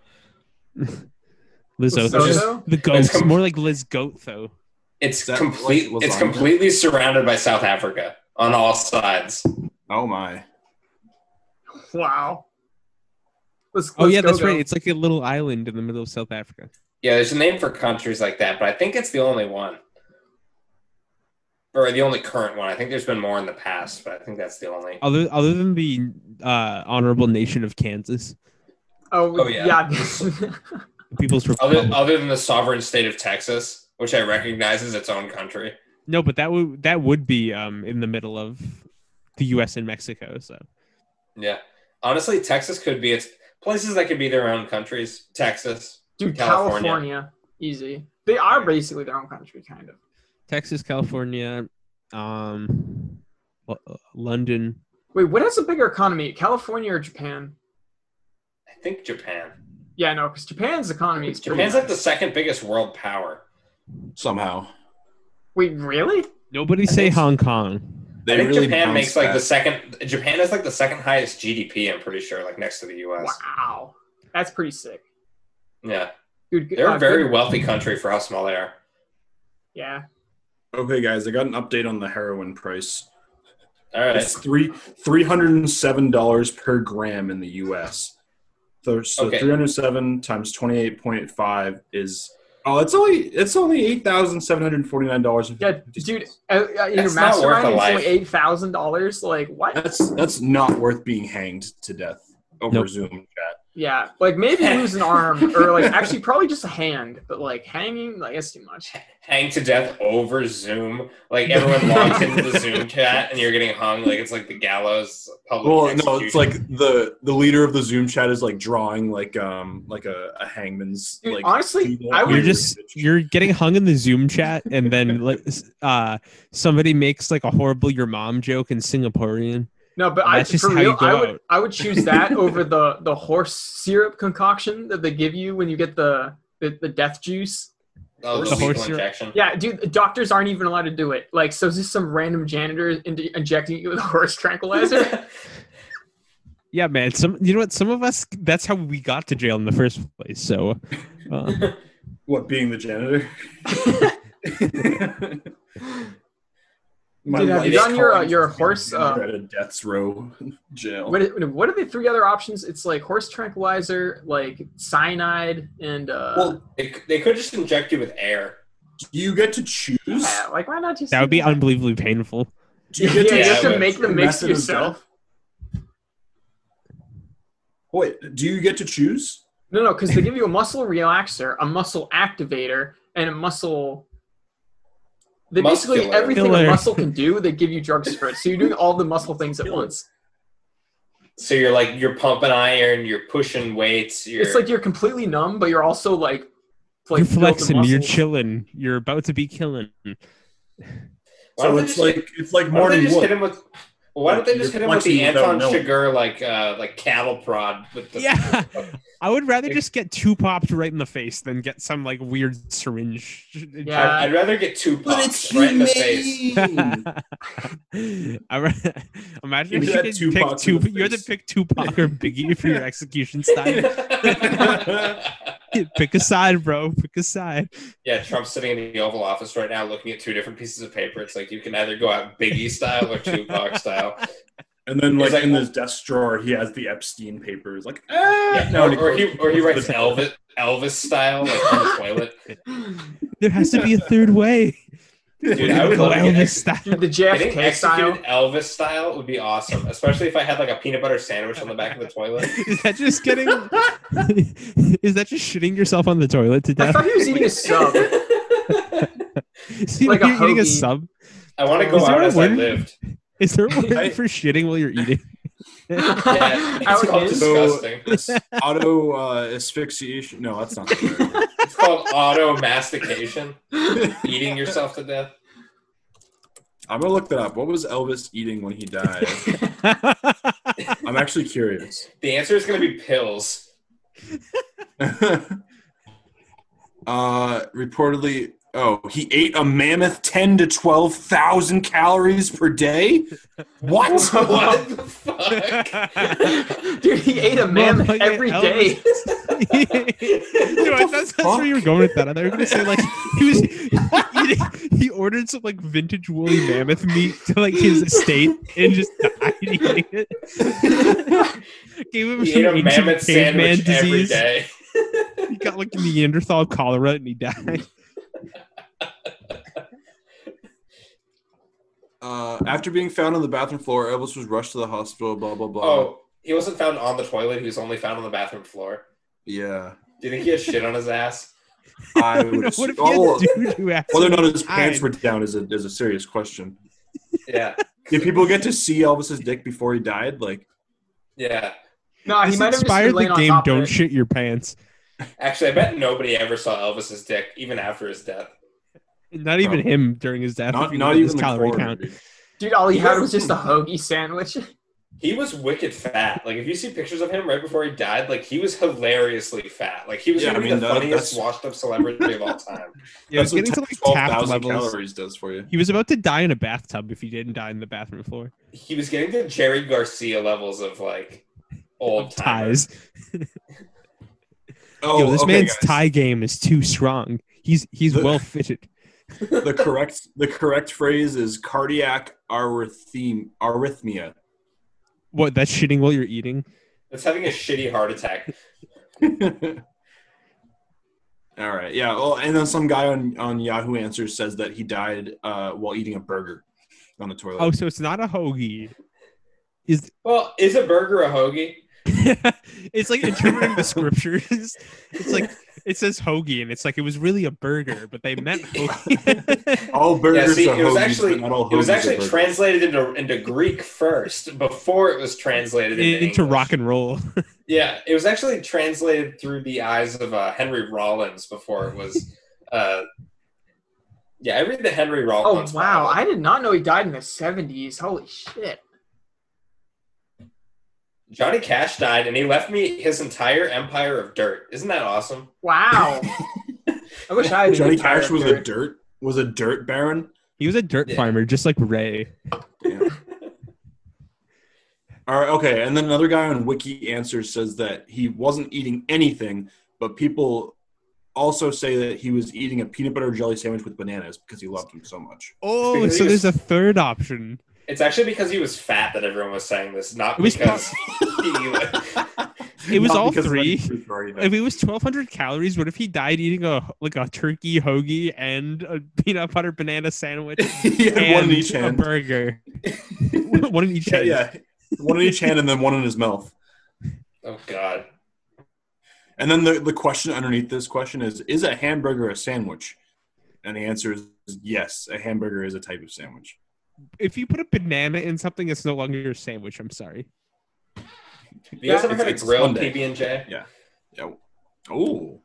[SPEAKER 3] Lizzo.
[SPEAKER 4] Lesotho?
[SPEAKER 2] Just-
[SPEAKER 3] The goats.
[SPEAKER 2] com-
[SPEAKER 3] more like Liz Goat though.
[SPEAKER 2] It's
[SPEAKER 5] that
[SPEAKER 2] complete.
[SPEAKER 5] like
[SPEAKER 2] it's
[SPEAKER 5] lasagna?
[SPEAKER 2] completely surrounded by South Africa on all sides.
[SPEAKER 5] Oh my!
[SPEAKER 4] Wow. Let's,
[SPEAKER 3] Oh
[SPEAKER 4] let's
[SPEAKER 3] yeah,
[SPEAKER 4] go,
[SPEAKER 3] that's
[SPEAKER 4] go.
[SPEAKER 3] right. It's like a little island in the middle of South Africa.
[SPEAKER 2] Yeah, there's a name for countries like that, but I think it's the only one, or the only current one. I think there's been more in the past, but I think that's the only.
[SPEAKER 3] Other other than the uh honorable nation of Kansas.
[SPEAKER 4] Oh,
[SPEAKER 2] Oh,
[SPEAKER 4] yeah. *laughs*
[SPEAKER 2] yeah. *laughs*
[SPEAKER 3] the People's Republic.
[SPEAKER 2] Other, other than the sovereign state of Texas, which I recognize as its own country.
[SPEAKER 3] No, but that would that would be um in the middle of the US and Mexico, so
[SPEAKER 2] Yeah, honestly, Texas could be its places that could be their own countries. Texas,
[SPEAKER 4] Dude, California.
[SPEAKER 2] California.
[SPEAKER 4] Easy. They are basically their own country, kind of.
[SPEAKER 3] Texas, California, um, L- London.
[SPEAKER 4] Wait, what has a bigger economy, California or Japan?
[SPEAKER 2] I think Japan.
[SPEAKER 4] Yeah, no, because Japan's economy is pretty
[SPEAKER 2] Japan's like the
[SPEAKER 4] nice.
[SPEAKER 2] second biggest world power.
[SPEAKER 5] Somehow
[SPEAKER 4] Wait, really?
[SPEAKER 3] Nobody say Hong Kong.
[SPEAKER 5] they
[SPEAKER 2] I think
[SPEAKER 5] really
[SPEAKER 2] Japan
[SPEAKER 5] bounced
[SPEAKER 2] makes like the
[SPEAKER 5] back.
[SPEAKER 2] second. Japan is like the second highest GDP. I'm pretty sure, like next to the U.S.
[SPEAKER 4] Wow. That's pretty sick.
[SPEAKER 2] Yeah,
[SPEAKER 4] Dude,
[SPEAKER 2] they're
[SPEAKER 4] uh,
[SPEAKER 2] a very
[SPEAKER 4] good-
[SPEAKER 2] wealthy country for how small they are.
[SPEAKER 4] Yeah.
[SPEAKER 5] Okay, guys, I got an update on the heroin price.
[SPEAKER 2] All right.
[SPEAKER 5] It's three three hundred and seven dollars per gram in the U.S. So, so
[SPEAKER 2] Okay.
[SPEAKER 5] three hundred seven times twenty eight point five is oh, it's only it's only eight thousand seven hundred forty nine dollars.
[SPEAKER 4] Yeah, dude, uh, uh, your
[SPEAKER 2] That's not worth
[SPEAKER 4] mastermind
[SPEAKER 2] a
[SPEAKER 4] is only
[SPEAKER 2] life.
[SPEAKER 4] eight thousand dollars. Like what?
[SPEAKER 5] that's that's not worth being hanged to death over
[SPEAKER 3] Nope.
[SPEAKER 5] Zoom chat.
[SPEAKER 4] Yeah, like
[SPEAKER 3] *laughs*
[SPEAKER 4] maybe lose an arm or like actually probably just a hand, but like hanging, like that's too much.
[SPEAKER 2] hang to death over Zoom. Like everyone logs into the Zoom chat and you're getting hung. Like it's like the gallows public.
[SPEAKER 5] Well, no, it's
[SPEAKER 2] execution.
[SPEAKER 5] like the the leader of the Zoom chat is like drawing like um like a, a hangman's
[SPEAKER 4] Dude,
[SPEAKER 5] like
[SPEAKER 4] honestly,
[SPEAKER 5] doodle
[SPEAKER 4] I
[SPEAKER 5] on
[SPEAKER 4] would-
[SPEAKER 3] You're
[SPEAKER 5] your
[SPEAKER 3] just
[SPEAKER 5] image.
[SPEAKER 3] you're getting hung in the Zoom chat, and then *laughs* like s- uh, somebody makes like a horrible your mom joke in Singaporean.
[SPEAKER 4] No, but
[SPEAKER 3] And
[SPEAKER 4] I
[SPEAKER 3] that's just
[SPEAKER 4] for
[SPEAKER 3] how you
[SPEAKER 4] real,
[SPEAKER 3] go
[SPEAKER 4] I would
[SPEAKER 3] out.
[SPEAKER 4] I would choose that over the
[SPEAKER 3] *laughs*
[SPEAKER 4] the horse syrup concoction that they give you when you get the the, the death juice.
[SPEAKER 2] oh, the
[SPEAKER 3] the
[SPEAKER 2] lethal
[SPEAKER 3] horse syrup.
[SPEAKER 2] injection.
[SPEAKER 4] Yeah, dude, doctors aren't even allowed to do it. Like, so is this some random janitor in- injecting you with a horse
[SPEAKER 3] *laughs*
[SPEAKER 4] tranquilizer?
[SPEAKER 3] Yeah, man. Some you know what? Some of us that's how we got to jail in the first place. So uh,
[SPEAKER 5] what being the
[SPEAKER 4] *laughs*
[SPEAKER 5] janitor. My
[SPEAKER 4] Dude, have you
[SPEAKER 5] life's
[SPEAKER 4] done your, uh,
[SPEAKER 5] calling
[SPEAKER 4] your
[SPEAKER 5] to be a
[SPEAKER 4] horse, uh,
[SPEAKER 5] janitor at a death's row *laughs* jail.
[SPEAKER 4] what i- what are the three other options? It's like horse tranquilizer, like cyanide, and uh,
[SPEAKER 2] Well, they, c- they could just inject you with air.
[SPEAKER 5] Do you get to choose?
[SPEAKER 4] yeah, like why not just
[SPEAKER 3] that would be
[SPEAKER 4] unbelievable.
[SPEAKER 3] unbelievably painful.
[SPEAKER 5] Do you
[SPEAKER 4] Yeah,
[SPEAKER 5] get
[SPEAKER 2] you have
[SPEAKER 5] choose
[SPEAKER 2] to
[SPEAKER 4] make the
[SPEAKER 5] your
[SPEAKER 4] mix
[SPEAKER 5] method of
[SPEAKER 4] yourself.
[SPEAKER 5] death? Wait, do you get to choose?
[SPEAKER 4] No, no, because they give you a muscle relaxer, a muscle activator, and a muscle They basically
[SPEAKER 2] Muscular.
[SPEAKER 4] everything
[SPEAKER 3] Killer.
[SPEAKER 4] a muscle can do, they give you drugs for it. So you're doing all the muscle things at once.
[SPEAKER 2] So you're like you're pumping iron, you're pushing weights. You're,
[SPEAKER 4] It's like you're completely numb, but you're also like,
[SPEAKER 3] you're
[SPEAKER 4] built the
[SPEAKER 3] flexing. You're
[SPEAKER 4] muscles.
[SPEAKER 3] chilling. You're about to be killing.
[SPEAKER 2] Why don't
[SPEAKER 5] So
[SPEAKER 2] they
[SPEAKER 5] it's
[SPEAKER 2] just-
[SPEAKER 5] like it's
[SPEAKER 2] why
[SPEAKER 5] like
[SPEAKER 2] don't they
[SPEAKER 5] Morning
[SPEAKER 2] just
[SPEAKER 5] Wood.
[SPEAKER 2] hit him with? Why don't they just hit him with the
[SPEAKER 5] You're flexing without
[SPEAKER 2] Anton
[SPEAKER 5] knowing.
[SPEAKER 2] Chigurh like uh, like cattle prod with the
[SPEAKER 3] Yeah. *laughs* I would rather
[SPEAKER 2] It-
[SPEAKER 3] just get two popped right in the face than get some like weird syringe. *laughs*
[SPEAKER 4] Yeah.
[SPEAKER 2] *laughs* I'd, I'd rather get two pops right in the face. *laughs*
[SPEAKER 3] I re- *laughs* Imagine
[SPEAKER 5] Give me
[SPEAKER 3] if you
[SPEAKER 5] that
[SPEAKER 3] could pick
[SPEAKER 5] Tupac
[SPEAKER 3] two. *laughs*
[SPEAKER 5] in the
[SPEAKER 3] You had to
[SPEAKER 5] face.
[SPEAKER 3] pick Tupac or Biggie for your execution style. pick a side, bro. Pick a side.
[SPEAKER 2] *laughs* yeah, Trump's sitting in the Oval Office right now, looking at two different pieces of paper. It's like you can either go out Biggie style or Tupac style.
[SPEAKER 5] And then, like
[SPEAKER 2] It's like-
[SPEAKER 5] in his desk drawer, he has the Epstein papers. Like, ah,
[SPEAKER 2] Yeah,
[SPEAKER 5] no,
[SPEAKER 2] or, or he or he writes
[SPEAKER 5] the-
[SPEAKER 2] Elvis Elvis style like on the toilet.
[SPEAKER 3] There has to be a third way.
[SPEAKER 2] Dude, I would
[SPEAKER 3] Go
[SPEAKER 2] love to get
[SPEAKER 3] Elvis
[SPEAKER 2] ex-
[SPEAKER 3] style.
[SPEAKER 4] Dude, the
[SPEAKER 2] Getting
[SPEAKER 4] JFK style.
[SPEAKER 2] executed Elvis style would be awesome, especially if I had like a peanut butter sandwich on the back of the toilet.
[SPEAKER 3] Is that just getting? is that just shitting yourself on the toilet to
[SPEAKER 4] I *laughs*
[SPEAKER 3] death? *laughs*
[SPEAKER 4] thought he was
[SPEAKER 2] *laughs*
[SPEAKER 4] eating a sub.
[SPEAKER 3] See,
[SPEAKER 4] like a
[SPEAKER 3] you're eating a
[SPEAKER 4] hoagie.
[SPEAKER 3] sub.
[SPEAKER 2] I want to go
[SPEAKER 3] Is there
[SPEAKER 2] out
[SPEAKER 3] a
[SPEAKER 2] as I
[SPEAKER 3] word? *laughs*
[SPEAKER 2] lived.
[SPEAKER 3] Is there a word
[SPEAKER 5] I-
[SPEAKER 3] for shitting while you're eating?
[SPEAKER 2] Yeah, it's
[SPEAKER 4] *laughs* Out
[SPEAKER 2] called
[SPEAKER 4] in-
[SPEAKER 2] disgusting.
[SPEAKER 5] *laughs* auto uh, asphyxiation. No, that's not. The word.
[SPEAKER 2] It's called auto mastication, eating yourself to death.
[SPEAKER 5] I'm gonna look that up. What was Elvis eating when he died? I'm actually curious. *laughs*
[SPEAKER 2] The answer is going to be pills. *laughs*
[SPEAKER 5] uh, reportedly, oh, he ate a mammoth ten to twelve thousand calories per day.
[SPEAKER 3] *laughs*
[SPEAKER 5] What?
[SPEAKER 2] What the fuck?
[SPEAKER 4] Dude, he ate a mammoth
[SPEAKER 3] Motherfucking
[SPEAKER 4] every
[SPEAKER 3] Elvis.
[SPEAKER 4] day.
[SPEAKER 3] Dude, I- that's, that's where you were going with that. I thought you were going to say like he was *laughs* he, he ordered some like vintage woolly mammoth meat to like his estate and just died eating it. Gave him
[SPEAKER 2] He
[SPEAKER 3] some
[SPEAKER 2] ate a
[SPEAKER 3] ancient
[SPEAKER 2] mammoth
[SPEAKER 3] caveman
[SPEAKER 2] sandwich every
[SPEAKER 3] disease.
[SPEAKER 2] day.
[SPEAKER 3] He got like Neanderthal cholera and he *laughs* died.
[SPEAKER 5] Uh, after being found on the bathroom floor, Elvis was rushed to the hospital. Blah blah blah.
[SPEAKER 2] Oh, he wasn't found on the toilet. He was only found on the bathroom floor.
[SPEAKER 5] Yeah,
[SPEAKER 2] Do you think he had shit on his ass?
[SPEAKER 3] *laughs*
[SPEAKER 5] I
[SPEAKER 3] No,
[SPEAKER 5] would.
[SPEAKER 3] what if
[SPEAKER 5] assume-
[SPEAKER 3] he
[SPEAKER 5] oh,
[SPEAKER 3] had dude who asked
[SPEAKER 5] whether or
[SPEAKER 3] him
[SPEAKER 5] not his
[SPEAKER 3] to
[SPEAKER 5] pants
[SPEAKER 3] hide?
[SPEAKER 5] were down is a is a serious question.
[SPEAKER 2] Yeah,
[SPEAKER 5] Did people get to see Elvis's dick before he died? Like,
[SPEAKER 2] yeah.
[SPEAKER 4] No, he
[SPEAKER 3] This
[SPEAKER 4] might have just
[SPEAKER 3] inspired
[SPEAKER 4] been laying
[SPEAKER 3] the
[SPEAKER 4] on
[SPEAKER 3] game
[SPEAKER 4] top of
[SPEAKER 3] Don't
[SPEAKER 4] it.
[SPEAKER 3] Shit Your Pants.
[SPEAKER 2] Actually, I bet nobody ever saw Elvis's dick, even after his death.
[SPEAKER 3] Not even
[SPEAKER 5] Probably.
[SPEAKER 3] him during his death. if
[SPEAKER 5] not
[SPEAKER 3] you
[SPEAKER 5] not
[SPEAKER 3] look at his
[SPEAKER 5] even the
[SPEAKER 3] calorie
[SPEAKER 5] coroner,
[SPEAKER 3] count.
[SPEAKER 5] dude.
[SPEAKER 4] Dude, all he had
[SPEAKER 2] *laughs*
[SPEAKER 4] was just a hoagie sandwich.
[SPEAKER 2] He was wicked fat. Like if you see pictures of him right before he died, like he was hilariously fat. Like he was
[SPEAKER 5] Yeah, I
[SPEAKER 2] gonna be
[SPEAKER 5] mean,
[SPEAKER 2] the
[SPEAKER 5] that-
[SPEAKER 2] funniest
[SPEAKER 5] that's-
[SPEAKER 2] washed up celebrity of all
[SPEAKER 5] *laughs*
[SPEAKER 2] time.
[SPEAKER 3] Yeah, it's
[SPEAKER 5] That's what
[SPEAKER 3] getting to like
[SPEAKER 5] 12,000
[SPEAKER 3] Taft levels.
[SPEAKER 5] calories does for you.
[SPEAKER 3] He was about to die in a bathtub if he didn't die in the bathroom floor.
[SPEAKER 2] He was getting to Jerry Garcia levels of like old
[SPEAKER 3] Of
[SPEAKER 2] ties.
[SPEAKER 3] ties.
[SPEAKER 5] Oh,
[SPEAKER 3] Yo, this
[SPEAKER 5] okay,
[SPEAKER 3] man's
[SPEAKER 5] guys.
[SPEAKER 3] tie game is too strong. He's he's
[SPEAKER 5] The-
[SPEAKER 3] well fitted.
[SPEAKER 5] The correct the correct phrase is cardiac arrhythm, arrhythmia. *laughs*
[SPEAKER 3] What? That's shitting while you're eating.
[SPEAKER 2] That's having a shitty heart attack.
[SPEAKER 5] All right, yeah. Well, and then some guy on on Yahoo Answers says that he died uh, while eating a burger on the toilet.
[SPEAKER 3] Oh, so it's not a hoagie. *laughs*
[SPEAKER 2] Well, is a burger a hoagie?
[SPEAKER 3] it's like interpreting the scriptures. *laughs* It's like it says hoagie, and it's like it was really a burger, but they
[SPEAKER 5] *laughs*
[SPEAKER 3] meant hoagie.
[SPEAKER 5] all
[SPEAKER 2] Yeah,
[SPEAKER 5] burgers
[SPEAKER 2] see,
[SPEAKER 5] are
[SPEAKER 2] it was
[SPEAKER 5] hoagies,
[SPEAKER 2] actually
[SPEAKER 5] but not all
[SPEAKER 2] it was
[SPEAKER 5] hoagies are
[SPEAKER 2] actually
[SPEAKER 5] burgers.
[SPEAKER 2] translated into into Greek first before it was translated into,
[SPEAKER 3] into
[SPEAKER 2] English.
[SPEAKER 3] rock and roll.
[SPEAKER 2] Yeah, it was actually translated through the eyes of uh, Henry Rollins before it
[SPEAKER 4] *laughs*
[SPEAKER 2] was. Uh, yeah, I read the Henry
[SPEAKER 4] Oh
[SPEAKER 2] Rollins.
[SPEAKER 4] wow,
[SPEAKER 2] Bible.
[SPEAKER 4] I did not know he died in the seventies. Holy shit.
[SPEAKER 2] Johnny Cash died, and he left me his entire empire of dirt. Isn't that awesome? *laughs*
[SPEAKER 4] Wow. I wish I had
[SPEAKER 5] Johnny
[SPEAKER 4] an entire
[SPEAKER 5] Cash was a
[SPEAKER 4] career.
[SPEAKER 5] dirt was a dirt baron.
[SPEAKER 3] He was a dirt
[SPEAKER 2] Yeah.
[SPEAKER 3] farmer, just like
[SPEAKER 5] *laughs*
[SPEAKER 3] Ray.
[SPEAKER 5] All right, okay. And then another guy on Wiki Answers says that he wasn't eating anything, but people also say that he was eating a peanut butter jelly sandwich with bananas because he loved them so much.
[SPEAKER 3] Oh,
[SPEAKER 2] because he
[SPEAKER 3] so
[SPEAKER 2] was-
[SPEAKER 3] there's a third option.
[SPEAKER 2] It's actually because he was fat that everyone was saying this, not
[SPEAKER 3] It was
[SPEAKER 2] because *laughs* he.
[SPEAKER 3] It was
[SPEAKER 5] Not
[SPEAKER 3] all
[SPEAKER 5] because of
[SPEAKER 3] three.
[SPEAKER 5] any truth or anything.
[SPEAKER 3] If it was 1,200 calories, what if he died eating a like a turkey hoagie and a peanut butter banana sandwich
[SPEAKER 5] *laughs* he had
[SPEAKER 3] and
[SPEAKER 5] one in each
[SPEAKER 3] a
[SPEAKER 5] hand.
[SPEAKER 3] burger? one in each
[SPEAKER 5] Yeah,
[SPEAKER 3] hand.
[SPEAKER 5] yeah. One in each hand and then one in his mouth.
[SPEAKER 2] Oh God!
[SPEAKER 5] And then the, the question underneath this question is Is a hamburger a sandwich? And the answer is yes. A hamburger is a type of sandwich.
[SPEAKER 3] If you put a banana in something, it's no longer a sandwich. I'm sorry.
[SPEAKER 2] You guys
[SPEAKER 5] Yeah,
[SPEAKER 2] ever had a
[SPEAKER 5] it's- it's
[SPEAKER 2] grilled
[SPEAKER 5] Sunday.
[SPEAKER 2] PB and J?
[SPEAKER 5] Yeah. Oh.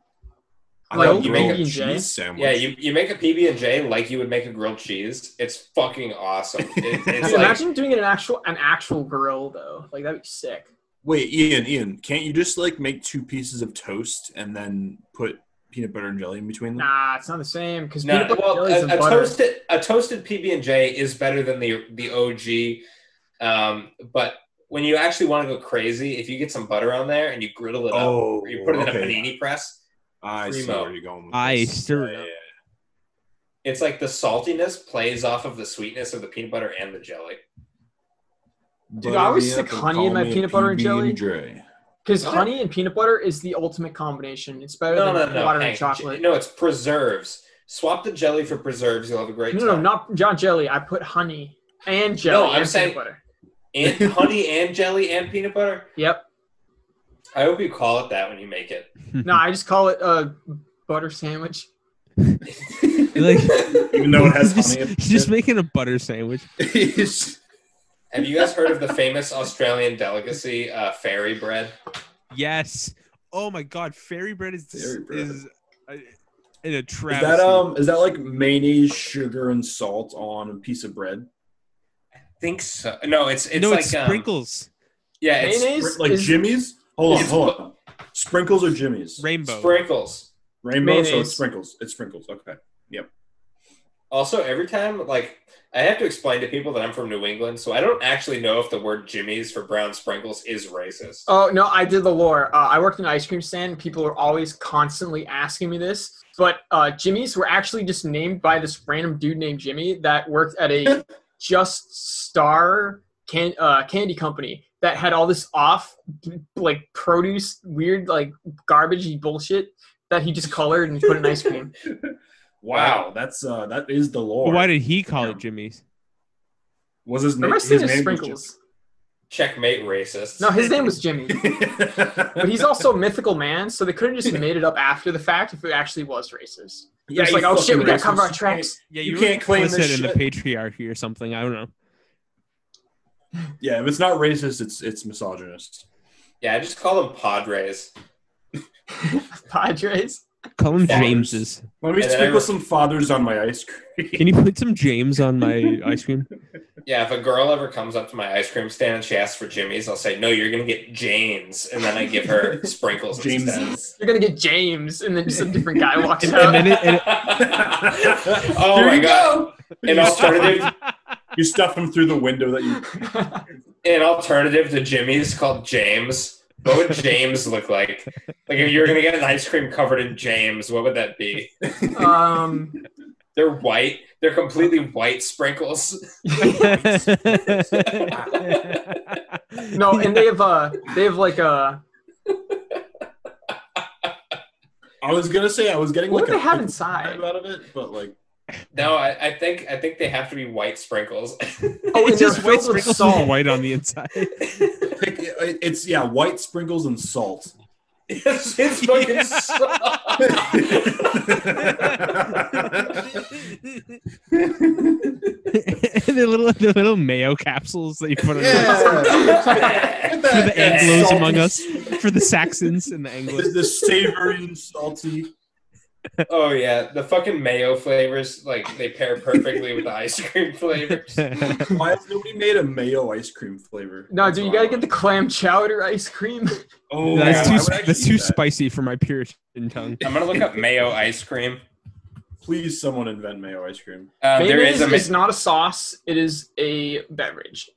[SPEAKER 5] I
[SPEAKER 4] Like
[SPEAKER 5] love
[SPEAKER 2] you
[SPEAKER 5] grilled
[SPEAKER 2] make
[SPEAKER 4] a-
[SPEAKER 5] cheese sandwich.
[SPEAKER 2] Yeah, you, you make a PB and J like you would make a grilled cheese. It's fucking awesome. It,
[SPEAKER 4] Dude,
[SPEAKER 2] it's like
[SPEAKER 4] *laughs* imagine doing an actual an actual grill though. Like that'd be sick.
[SPEAKER 5] Wait, Ian, Ian, can't you just like make two pieces of toast and then put peanut butter and jelly in between them?
[SPEAKER 4] Nah, it's not the same because
[SPEAKER 2] no,
[SPEAKER 4] peanut butter
[SPEAKER 2] well,
[SPEAKER 4] jelly is
[SPEAKER 2] a,
[SPEAKER 4] in
[SPEAKER 2] a
[SPEAKER 4] butter.
[SPEAKER 2] toasted a toasted PB and J is better than the the OG. Um, but when you actually want to go crazy, if you get some butter on there and you griddle it up,
[SPEAKER 5] Oh,
[SPEAKER 2] or you put it in
[SPEAKER 5] okay.
[SPEAKER 2] a panini press,
[SPEAKER 5] I see
[SPEAKER 2] primo.
[SPEAKER 5] where you're going. With
[SPEAKER 3] I
[SPEAKER 5] this.
[SPEAKER 3] stir it
[SPEAKER 5] Yeah,
[SPEAKER 3] up.
[SPEAKER 2] it's like the saltiness plays off of the sweetness of the peanut butter and the jelly.
[SPEAKER 5] yeah.
[SPEAKER 4] Dude, I always
[SPEAKER 5] Butter me
[SPEAKER 4] stick
[SPEAKER 5] up and
[SPEAKER 4] honey in
[SPEAKER 5] call
[SPEAKER 4] my
[SPEAKER 5] me a
[SPEAKER 4] peanut butter and jelly.
[SPEAKER 5] PB&J.
[SPEAKER 4] Because
[SPEAKER 2] What?
[SPEAKER 4] honey and peanut butter is the ultimate combination. It's better
[SPEAKER 2] No, no,
[SPEAKER 4] than
[SPEAKER 2] no,
[SPEAKER 4] water
[SPEAKER 2] Hank.
[SPEAKER 4] and chocolate.
[SPEAKER 2] No, it's preserves. Swap the jelly for preserves. You'll have a great
[SPEAKER 4] No,
[SPEAKER 2] time.
[SPEAKER 4] no, not John Jelly. I put honey and jelly.
[SPEAKER 2] No, I'm
[SPEAKER 4] and
[SPEAKER 2] saying-
[SPEAKER 4] peanut butter. *laughs*
[SPEAKER 2] and honey and jelly and peanut butter.
[SPEAKER 4] Yep.
[SPEAKER 2] I hope you call it that when you make it.
[SPEAKER 4] No, I just call it a butter sandwich.
[SPEAKER 5] *laughs*
[SPEAKER 3] Like
[SPEAKER 5] Even though it has
[SPEAKER 3] He's *laughs* just,
[SPEAKER 5] honey. in
[SPEAKER 3] he's just
[SPEAKER 5] *laughs*
[SPEAKER 3] making a butter sandwich.
[SPEAKER 5] it. It's-
[SPEAKER 2] Have you guys heard of the famous Australian delicacy, uh, fairy bread?
[SPEAKER 3] Yes. Oh my God, fairy bread is
[SPEAKER 5] Fairy bread.
[SPEAKER 3] is uh, in a
[SPEAKER 5] Is
[SPEAKER 3] travesty.
[SPEAKER 5] that um? Is that like mayonnaise, sugar, and salt on a piece of bread?
[SPEAKER 2] Think so? No, it's it's
[SPEAKER 3] no,
[SPEAKER 2] like
[SPEAKER 3] it's
[SPEAKER 2] um,
[SPEAKER 3] sprinkles,
[SPEAKER 2] yeah, it's
[SPEAKER 4] Mayonnaise
[SPEAKER 5] Like
[SPEAKER 4] is
[SPEAKER 5] Jimmy's? Hold on,
[SPEAKER 2] It's-
[SPEAKER 5] hold on. Sprinkles or Jimmy's?
[SPEAKER 3] rainbow.
[SPEAKER 2] sprinkles.
[SPEAKER 5] Rainbow. So
[SPEAKER 4] Mayonnaise.
[SPEAKER 5] it's sprinkles. It's sprinkles. Okay.
[SPEAKER 2] Also, every time like I have to explain to people that I'm from New England, so I don't actually know if the word Jimmy's for brown sprinkles is racist.
[SPEAKER 4] Oh no, I did the lore. Uh, I worked in an ice cream stand. People are always constantly asking me this, but uh, Jimmy's were actually just named by this random dude named Jimmy that worked at
[SPEAKER 5] *laughs*
[SPEAKER 4] a Just Star can- uh, candy company that had all this off, like produce, weird, like garbagey bullshit that he just colored and put in ice
[SPEAKER 5] *laughs*
[SPEAKER 4] cream.
[SPEAKER 5] Wow, that's uh, that is the
[SPEAKER 3] But
[SPEAKER 5] lore.
[SPEAKER 3] Why did he call it Jimmy's?
[SPEAKER 5] was his
[SPEAKER 4] The
[SPEAKER 5] name?
[SPEAKER 4] rest
[SPEAKER 5] His
[SPEAKER 4] of it
[SPEAKER 5] name
[SPEAKER 4] is
[SPEAKER 5] was
[SPEAKER 4] sprinkles.
[SPEAKER 2] Checkmate, racists.
[SPEAKER 4] No, his name was Jimmy,
[SPEAKER 5] Jim-
[SPEAKER 4] but he's also a mythical man, so they could have just made it up after the fact if it actually was racist.
[SPEAKER 5] yeah,
[SPEAKER 4] it's
[SPEAKER 5] you
[SPEAKER 4] like, oh shit,
[SPEAKER 5] fucking
[SPEAKER 4] we gotta cover
[SPEAKER 5] racist.
[SPEAKER 4] our tracks. *laughs*
[SPEAKER 3] Yeah,
[SPEAKER 5] You
[SPEAKER 3] you,
[SPEAKER 5] can't claim
[SPEAKER 3] it
[SPEAKER 5] this
[SPEAKER 3] in the patriarchy or something. I don't know.
[SPEAKER 5] Yeah, if it's not racist, it's it's misogynist.
[SPEAKER 2] Yeah, I just call them Padres.
[SPEAKER 4] Padres.
[SPEAKER 3] Call him
[SPEAKER 2] Fathers.
[SPEAKER 3] James's.
[SPEAKER 5] Let
[SPEAKER 2] And then
[SPEAKER 5] me sprinkle
[SPEAKER 2] everyone-
[SPEAKER 5] some fathers on my ice *laughs*
[SPEAKER 3] *laughs*
[SPEAKER 5] cream.
[SPEAKER 3] Can you put some James on
[SPEAKER 5] *laughs*
[SPEAKER 3] my ice cream?
[SPEAKER 2] Yeah, if a girl ever comes up to my ice cream stand and she asks for Jimmy's, I'll say, "No, you're gonna get Jane's," and then I give
[SPEAKER 4] *laughs*
[SPEAKER 2] her sprinkles instead.
[SPEAKER 5] James.
[SPEAKER 4] You're gonna get James, and then just a different guy walks
[SPEAKER 3] And, and
[SPEAKER 4] out.
[SPEAKER 3] then it, *laughs* and it-
[SPEAKER 2] *laughs* oh my god! An alternative,
[SPEAKER 5] you stuff him through the window that you.
[SPEAKER 2] an alternative to Jimmy's called James. What would James look like? Like if you were gonna get an ice cream covered in James, what would that be?
[SPEAKER 4] um,
[SPEAKER 2] They're white. They're completely white sprinkles.
[SPEAKER 3] *laughs*
[SPEAKER 4] no, and they have uh, they have like uh, a
[SPEAKER 5] I was gonna say I was getting
[SPEAKER 4] what
[SPEAKER 5] like
[SPEAKER 4] do they
[SPEAKER 5] a
[SPEAKER 4] have
[SPEAKER 5] like a
[SPEAKER 4] inside? Oh,
[SPEAKER 5] *laughs* vibe out of it, but like
[SPEAKER 2] No, I, I think I think they have to be white sprinkles.
[SPEAKER 4] Oh, and
[SPEAKER 3] it's
[SPEAKER 4] they're
[SPEAKER 3] just white
[SPEAKER 4] filled with
[SPEAKER 3] sprinkles with
[SPEAKER 4] salt.
[SPEAKER 3] white on the inside.
[SPEAKER 5] pick- it- it's yeah, white sprinkles and
[SPEAKER 4] *laughs*
[SPEAKER 5] salt. *laughs*
[SPEAKER 2] it's, it's fucking.
[SPEAKER 3] Yeah.
[SPEAKER 5] yeah,
[SPEAKER 3] *laughs* the little the little mayo capsules that you put on
[SPEAKER 2] so-
[SPEAKER 3] for the
[SPEAKER 2] Yeah.
[SPEAKER 3] Anglos
[SPEAKER 5] Salty.
[SPEAKER 3] among us, for the Saxons and the Anglos.
[SPEAKER 5] the, the savory and salty.
[SPEAKER 2] Oh yeah, the fucking mayo flavors like they pair perfectly with the ice cream
[SPEAKER 3] *laughs*
[SPEAKER 2] flavors.
[SPEAKER 5] *laughs* Why has nobody made a mayo ice cream flavor?
[SPEAKER 4] No, dude, you gotta get the clam chowder ice cream.
[SPEAKER 5] Oh,
[SPEAKER 3] that's
[SPEAKER 5] I
[SPEAKER 3] too
[SPEAKER 5] would
[SPEAKER 3] sp-
[SPEAKER 5] actually
[SPEAKER 3] that's
[SPEAKER 5] eat
[SPEAKER 3] too
[SPEAKER 5] that.
[SPEAKER 3] spicy for my Puritan tongue.
[SPEAKER 2] I'm gonna look up mayo ice cream.
[SPEAKER 5] Please, someone invent mayo ice cream.
[SPEAKER 2] Um, there
[SPEAKER 4] Mayonnaise
[SPEAKER 2] is
[SPEAKER 4] is,
[SPEAKER 2] a ma-
[SPEAKER 4] not a sauce; it is a beverage.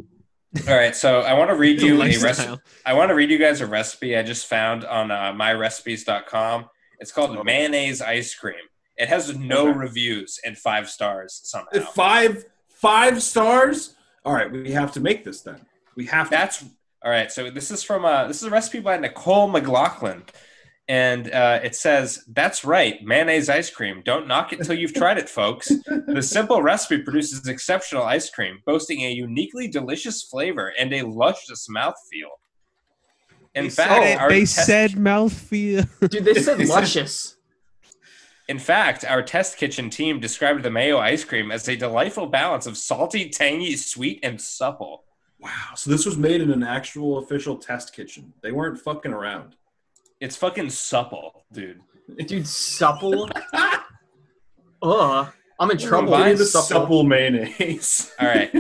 [SPEAKER 2] all right. So I want to read you a recipe.
[SPEAKER 3] Lifestyle.
[SPEAKER 2] I want to read you guys a recipe I just found on uh, myrecipes.com. It's called mayonnaise ice cream. It has no
[SPEAKER 5] Okay.
[SPEAKER 2] reviews and five stars
[SPEAKER 5] If
[SPEAKER 2] somehow.
[SPEAKER 5] Five five stars. All right, we have to make this then. We have to.
[SPEAKER 2] That's all right. So this is from uh, this is a recipe by Nicole McLaughlin, and uh, it says, "That's right, mayonnaise ice cream. Don't knock it till you've tried it, folks. The simple recipe produces exceptional ice cream, boasting a uniquely delicious flavor and a luscious mouthfeel." In
[SPEAKER 3] They
[SPEAKER 2] fact,
[SPEAKER 3] said-
[SPEAKER 5] Oh,
[SPEAKER 2] our
[SPEAKER 3] they
[SPEAKER 2] test-
[SPEAKER 3] said mouthfeel. *laughs*
[SPEAKER 4] Dude, they said luscious.
[SPEAKER 2] In fact, our test kitchen team described the mayo ice cream as a delightful balance of salty, tangy, sweet, and supple.
[SPEAKER 5] Wow. So this was made in an actual official test kitchen. They weren't fucking around.
[SPEAKER 2] It's fucking supple, dude.
[SPEAKER 4] Dude, supple. Ugh, I'm in trouble.
[SPEAKER 2] Combine
[SPEAKER 5] Combine the supple,
[SPEAKER 4] supple. *laughs*
[SPEAKER 5] mayonnaise.
[SPEAKER 2] All right.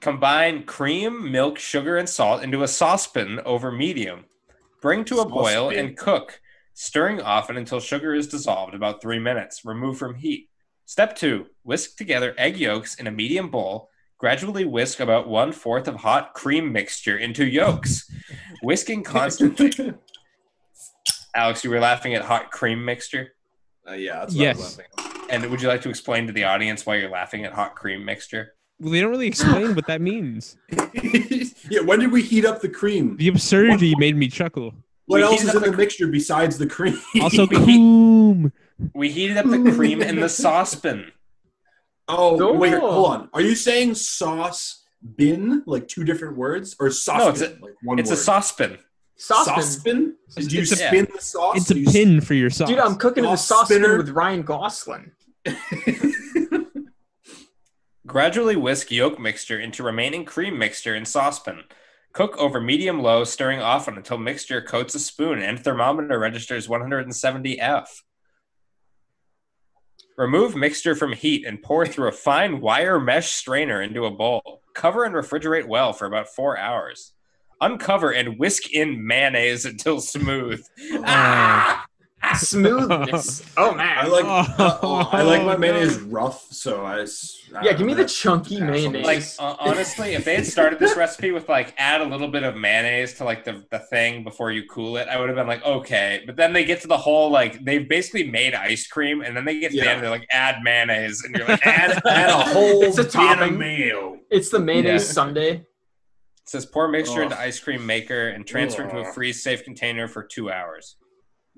[SPEAKER 2] Combine cream, milk, sugar, and salt into a saucepan over medium. Bring to a boil
[SPEAKER 5] Saucepan.
[SPEAKER 2] and cook, stirring often until sugar is dissolved about three minutes. Remove from heat. Step two whisk together egg yolks in a medium bowl. Gradually whisk about one fourth of hot cream mixture into yolks, whisking constantly. Alex, you were laughing at hot cream mixture.
[SPEAKER 5] Uh, yeah. That's what
[SPEAKER 3] Yes.
[SPEAKER 5] I was laughing at.
[SPEAKER 2] And would you like to explain to the audience why you're laughing at hot cream mixture?
[SPEAKER 3] Well, they don't really explain what that means.
[SPEAKER 5] *laughs* yeah. When did we heat up the cream?
[SPEAKER 3] The absurdity made me chuckle.
[SPEAKER 5] What
[SPEAKER 2] We
[SPEAKER 5] else
[SPEAKER 2] heated
[SPEAKER 5] is
[SPEAKER 2] up
[SPEAKER 5] in
[SPEAKER 2] the
[SPEAKER 5] the mixture besides the cream? *laughs*
[SPEAKER 3] Also, boom.
[SPEAKER 2] We heated up the cream in the saucepan.
[SPEAKER 5] oh,
[SPEAKER 4] No.
[SPEAKER 5] wait. Hold on. Are you saying sauce bin like two different words or sauce?
[SPEAKER 2] No, it's
[SPEAKER 5] bin, like one
[SPEAKER 2] It's
[SPEAKER 5] word?
[SPEAKER 2] a saucepan.
[SPEAKER 4] Saucepan.
[SPEAKER 5] Saucepan? Did you
[SPEAKER 3] It's a-
[SPEAKER 5] spin the sauce?
[SPEAKER 3] It's a
[SPEAKER 5] Do you s-
[SPEAKER 3] pin for your sauce.
[SPEAKER 4] Dude, I'm cooking in the
[SPEAKER 5] Sauce
[SPEAKER 4] saucepan
[SPEAKER 5] spinner.
[SPEAKER 4] with Ryan Gosling.
[SPEAKER 2] Gradually whisk yolk mixture into remaining cream mixture in saucepan. Cook over medium low, stirring often until mixture coats a spoon and thermometer registers 170 F. Remove mixture from heat and pour through a fine wire mesh strainer into a bowl. Cover and refrigerate well for about four hours. Uncover and whisk in mayonnaise until smooth. Ah!
[SPEAKER 4] Smoothness. oh man.
[SPEAKER 5] I like. uh,
[SPEAKER 3] Oh, *laughs*
[SPEAKER 5] I like my
[SPEAKER 3] no.
[SPEAKER 5] mayonnaise rough, so I. s-
[SPEAKER 4] yeah,
[SPEAKER 5] I don't
[SPEAKER 4] give me
[SPEAKER 5] know.
[SPEAKER 4] the chunky mayonnaise.
[SPEAKER 2] Like uh, honestly, if they had started this recipe with like add a little bit of mayonnaise to like the, the thing before you cool it, I would have been like, okay. But then they get to the whole like they've basically made ice cream and then they get to the
[SPEAKER 5] Yeah.
[SPEAKER 2] end and they're like add mayonnaise and
[SPEAKER 4] *laughs*
[SPEAKER 2] you're like add,
[SPEAKER 5] add a whole
[SPEAKER 4] It's a
[SPEAKER 5] bin
[SPEAKER 4] topping.
[SPEAKER 5] of mayo.
[SPEAKER 4] it's the mayonnaise
[SPEAKER 2] Yeah.
[SPEAKER 4] sundae.
[SPEAKER 2] It says pour mixture into
[SPEAKER 5] Ugh.
[SPEAKER 2] ice cream maker and transfer into a
[SPEAKER 5] Ugh.
[SPEAKER 2] freeze safe container for two hours.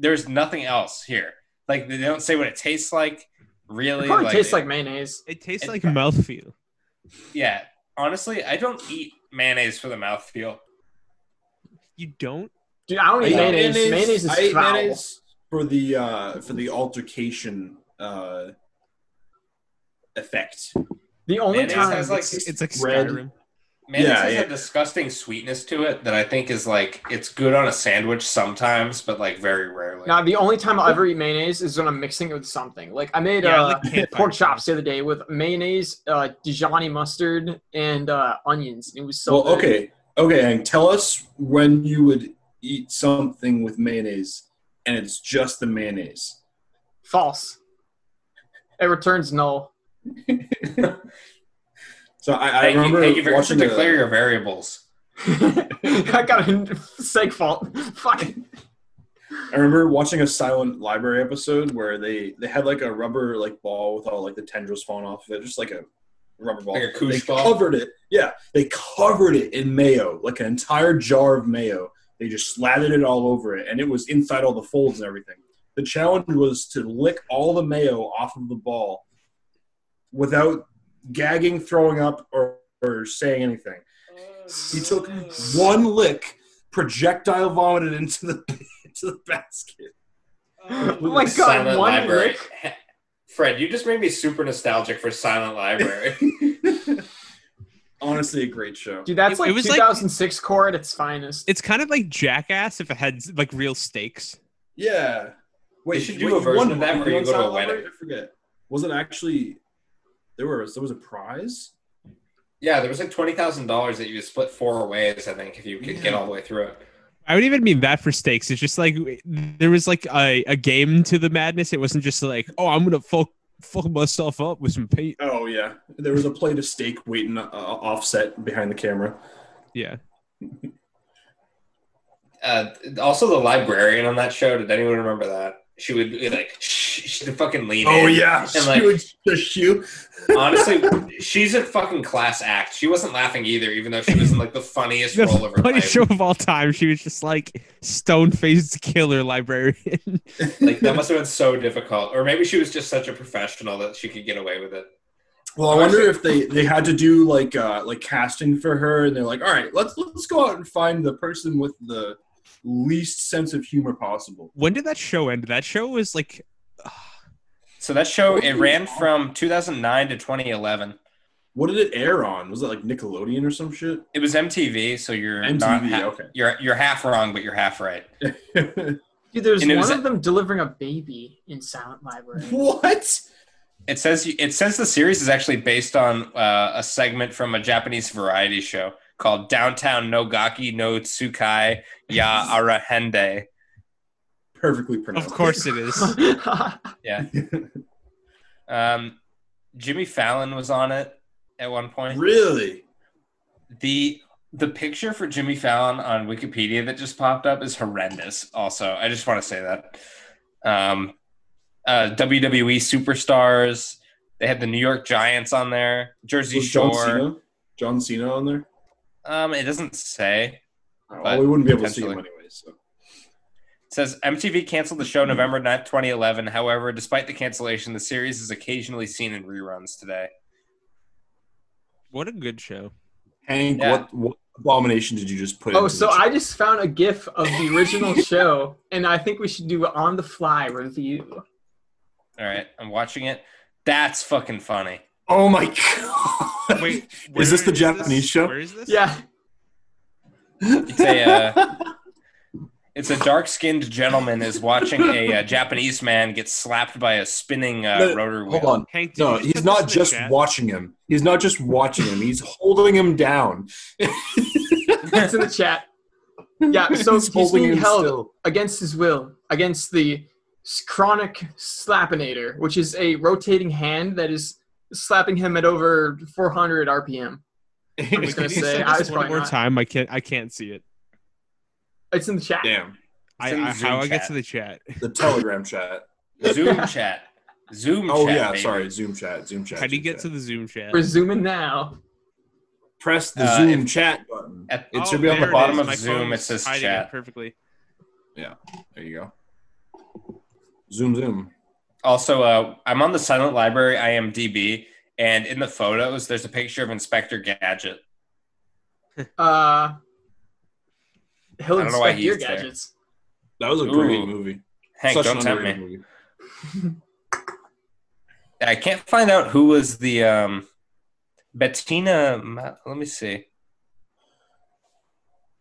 [SPEAKER 2] There's nothing else here. Like they don't say what it tastes like.
[SPEAKER 4] It
[SPEAKER 2] Really,
[SPEAKER 4] probably tastes like mayonnaise.
[SPEAKER 3] It tastes
[SPEAKER 2] It-
[SPEAKER 3] like mouthfeel.
[SPEAKER 2] yeah. Honestly, I don't eat mayonnaise for the mouthfeel.
[SPEAKER 3] You don't.
[SPEAKER 4] Dude, I don't eat
[SPEAKER 5] I ate
[SPEAKER 4] mayonnaise. Mayonnaise
[SPEAKER 5] I ate
[SPEAKER 4] is foul.
[SPEAKER 5] mayonnaise for the uh, for the altercation uh, effect.
[SPEAKER 4] The only
[SPEAKER 2] Mayonnaise
[SPEAKER 4] time
[SPEAKER 2] has, like,
[SPEAKER 4] it's-
[SPEAKER 3] It's like
[SPEAKER 5] Red.
[SPEAKER 3] Skyrim.
[SPEAKER 2] Mayonnaise
[SPEAKER 5] Yeah,
[SPEAKER 2] has
[SPEAKER 5] yeah.
[SPEAKER 2] a disgusting sweetness to it that I think is like it's good on a sandwich sometimes, but like very rarely.
[SPEAKER 4] Now, the only time I'll ever eat mayonnaise is when I'm mixing it with something. Like I made
[SPEAKER 3] Yeah, I
[SPEAKER 4] uh,
[SPEAKER 3] like campfire
[SPEAKER 4] pork
[SPEAKER 3] sauce.
[SPEAKER 4] chops the other day with mayonnaise, uh, Dijonny mustard, and uh, onions. It was so
[SPEAKER 5] well,
[SPEAKER 4] good.
[SPEAKER 5] okay, okay, Ang, tell us when you would eat something with mayonnaise, and it's just the mayonnaise.
[SPEAKER 4] False. It returns null. *laughs*
[SPEAKER 5] So I, I
[SPEAKER 2] thank, you,
[SPEAKER 5] remember
[SPEAKER 2] thank you for
[SPEAKER 5] watching the-
[SPEAKER 2] declare your variables.
[SPEAKER 4] I got a seg fault. *laughs* Fuck. it.
[SPEAKER 5] I remember watching a Silent Library episode where they they had like a rubber like ball with all like the tendrils falling off of it, just like a rubber ball.
[SPEAKER 2] Like a koosh
[SPEAKER 5] they
[SPEAKER 2] ball?
[SPEAKER 5] covered it. Yeah, they covered it in mayo, like an entire jar of mayo. They just slathered it all over it, and it was inside all the folds and everything. The challenge was to lick all the mayo off of the ball without gagging, throwing up, or, or saying anything. He took one lick, projectile vomited into the into the basket.
[SPEAKER 4] Oh my god, one lick.
[SPEAKER 2] *laughs* Fred, you just made me super nostalgic for Silent
[SPEAKER 5] *laughs*
[SPEAKER 2] Library.
[SPEAKER 5] Honestly, a great show.
[SPEAKER 4] Dude, that's
[SPEAKER 3] It-
[SPEAKER 4] like
[SPEAKER 3] it was like-
[SPEAKER 4] 2006 core at its finest.
[SPEAKER 3] It's kind of like Jackass if it had like real stakes.
[SPEAKER 5] Yeah.
[SPEAKER 2] They should do a version
[SPEAKER 5] won
[SPEAKER 2] of that
[SPEAKER 5] one
[SPEAKER 2] where you
[SPEAKER 5] on
[SPEAKER 2] go to a
[SPEAKER 5] Silent Library?
[SPEAKER 2] wedding.
[SPEAKER 5] I forget. Was it actually there was there was a prize?
[SPEAKER 2] yeah, there was like twenty thousand dollars that you split four ways. I think if you could get
[SPEAKER 5] Yeah.
[SPEAKER 2] all the way through it.
[SPEAKER 3] I would even mean that for stakes. It's just like there was like a, a game to the madness. It wasn't just like, oh, I'm gonna fuck fuck myself up with some paint.
[SPEAKER 5] Oh yeah, there was a plate of steak waiting uh, offset behind the camera.
[SPEAKER 3] Yeah.
[SPEAKER 2] uh, also the librarian on that show. Did anyone remember that? She would be like, shh, she'd fucking lean in.
[SPEAKER 5] Oh yeah,
[SPEAKER 2] And like,
[SPEAKER 5] huge the shoe.
[SPEAKER 2] honestly, she's a fucking class act. She wasn't laughing either, even though she was in like the funniest
[SPEAKER 3] *laughs* The
[SPEAKER 2] role of her life.
[SPEAKER 3] funniest show of all time. She was just like stone faced killer librarian. *laughs*
[SPEAKER 2] Like that must have been so difficult, or maybe she was just such a professional that she could get away with it.
[SPEAKER 5] Well, I wonder if they they had to do like uh like casting for her, and they're like, all right, let's let's go out and find the person with the least sense of humor possible.
[SPEAKER 3] when did that show end? That show was like,
[SPEAKER 2] So that show it ran from 2009 to 2011.
[SPEAKER 5] What did it air on? Was it like Nickelodeon or some shit?
[SPEAKER 2] It was MTV, so you're not
[SPEAKER 5] MTV,
[SPEAKER 2] ha-
[SPEAKER 5] okay.
[SPEAKER 2] you're you're half wrong, but you're half right.
[SPEAKER 5] *laughs*
[SPEAKER 4] Dude, there's
[SPEAKER 2] And it
[SPEAKER 4] one
[SPEAKER 2] was
[SPEAKER 4] of
[SPEAKER 2] a-
[SPEAKER 4] them delivering a baby in Silent Library. *laughs*
[SPEAKER 3] *laughs*
[SPEAKER 5] what?
[SPEAKER 2] It says it says the series is actually based on uh, a segment from a Japanese variety show called Downtown Nogaki no Tsukai Ya Arahende.
[SPEAKER 5] Perfectly pronounced.
[SPEAKER 3] Of course it is.
[SPEAKER 2] Um, Jimmy Fallon was on it at one point.
[SPEAKER 5] Really?
[SPEAKER 2] The the picture for Jimmy Fallon on Wikipedia that just popped up is horrendous. Also, I just want to say that. Um, uh, WWE superstars. They had the New York Giants on there. Jersey
[SPEAKER 5] Was John
[SPEAKER 2] Shore.
[SPEAKER 5] Cena? John Cena on there?
[SPEAKER 2] Um, it doesn't say. But
[SPEAKER 5] Oh, we wouldn't be able to see him
[SPEAKER 2] potentially.
[SPEAKER 5] anyways. So.
[SPEAKER 2] It says MTV canceled the show November 9th, 2011. However, despite the cancellation, the series is occasionally seen in reruns today.
[SPEAKER 3] What a good show.
[SPEAKER 5] Hank,
[SPEAKER 2] Yeah.
[SPEAKER 5] what, what abomination did you just put?
[SPEAKER 4] Oh,
[SPEAKER 5] into
[SPEAKER 4] so
[SPEAKER 5] the
[SPEAKER 4] I just found a GIF of the
[SPEAKER 3] *laughs*
[SPEAKER 4] original show, and I think we should do an on the fly review.
[SPEAKER 2] All right, I'm watching it. That's fucking funny.
[SPEAKER 5] Oh my god!
[SPEAKER 3] Wait, where
[SPEAKER 5] *laughs* is this the Japanese show?
[SPEAKER 3] Where is this?
[SPEAKER 4] Yeah, *laughs*
[SPEAKER 2] It's a uh, it's a dark skinned gentleman is watching a, uh Japanese man get slapped by a spinning uh,
[SPEAKER 5] No,
[SPEAKER 2] rotor wheel.
[SPEAKER 5] Hold on.
[SPEAKER 3] Hank, did
[SPEAKER 5] No,
[SPEAKER 3] you
[SPEAKER 5] he's
[SPEAKER 3] put
[SPEAKER 5] not
[SPEAKER 3] this in the
[SPEAKER 5] just
[SPEAKER 3] chat?
[SPEAKER 5] watching him. He's not just watching him. He's holding
[SPEAKER 4] *laughs*
[SPEAKER 5] him down.
[SPEAKER 4] it's in the chat.
[SPEAKER 3] *laughs*
[SPEAKER 4] Yeah, so
[SPEAKER 5] He's
[SPEAKER 4] he's,
[SPEAKER 5] holding
[SPEAKER 4] being
[SPEAKER 5] him
[SPEAKER 4] held
[SPEAKER 5] still.
[SPEAKER 4] against his will, against the s- chronic slappinator, which is a rotating hand that is slapping him at over
[SPEAKER 3] *laughs*
[SPEAKER 4] 400 RPM. I'm just gonna
[SPEAKER 3] Can you
[SPEAKER 4] say,
[SPEAKER 3] say
[SPEAKER 4] I
[SPEAKER 3] this
[SPEAKER 4] was
[SPEAKER 3] one
[SPEAKER 4] probably
[SPEAKER 3] more
[SPEAKER 4] not.
[SPEAKER 3] time. I can't. I can't see it.
[SPEAKER 4] It's in the chat.
[SPEAKER 5] Damn.
[SPEAKER 3] I,
[SPEAKER 2] in
[SPEAKER 3] I,
[SPEAKER 2] Zoom
[SPEAKER 3] how I get
[SPEAKER 2] chat.
[SPEAKER 3] to the chat?
[SPEAKER 5] The Telegram
[SPEAKER 3] *laughs*
[SPEAKER 5] chat.
[SPEAKER 2] Zoom chat. Zoom
[SPEAKER 5] Oh
[SPEAKER 2] chat.
[SPEAKER 5] yeah,
[SPEAKER 2] baby.
[SPEAKER 5] sorry. Zoom chat. Zoom chat.
[SPEAKER 3] How do you
[SPEAKER 5] Zoom
[SPEAKER 3] get
[SPEAKER 5] chat.
[SPEAKER 3] to the Zoom chat?
[SPEAKER 4] We're zooming now.
[SPEAKER 5] press the
[SPEAKER 2] Uh,
[SPEAKER 5] Zoom
[SPEAKER 2] if-
[SPEAKER 5] chat button?
[SPEAKER 2] At-
[SPEAKER 5] it
[SPEAKER 3] Oh,
[SPEAKER 5] should be on the
[SPEAKER 3] there
[SPEAKER 5] bottom
[SPEAKER 3] is.
[SPEAKER 5] of
[SPEAKER 3] My
[SPEAKER 2] Zoom,
[SPEAKER 3] phone's
[SPEAKER 2] it says
[SPEAKER 3] hiding
[SPEAKER 2] chat.
[SPEAKER 3] perfectly.
[SPEAKER 5] There you go. Zoom zoom.
[SPEAKER 2] Also, uh, I'm on the Silent Library IMDb, and in the photos, there's a picture of Inspector Gadget.
[SPEAKER 4] Uh, he'll
[SPEAKER 2] I don't know why
[SPEAKER 4] inspect your
[SPEAKER 2] he's there.
[SPEAKER 4] gadgets.
[SPEAKER 5] That was a great
[SPEAKER 2] Ooh.
[SPEAKER 5] movie.
[SPEAKER 2] Hank,
[SPEAKER 5] Such
[SPEAKER 2] don't
[SPEAKER 5] an
[SPEAKER 2] tempt me.
[SPEAKER 5] underrated movie.
[SPEAKER 2] I can't find out who was the um, Bettina. Ma- Let me see.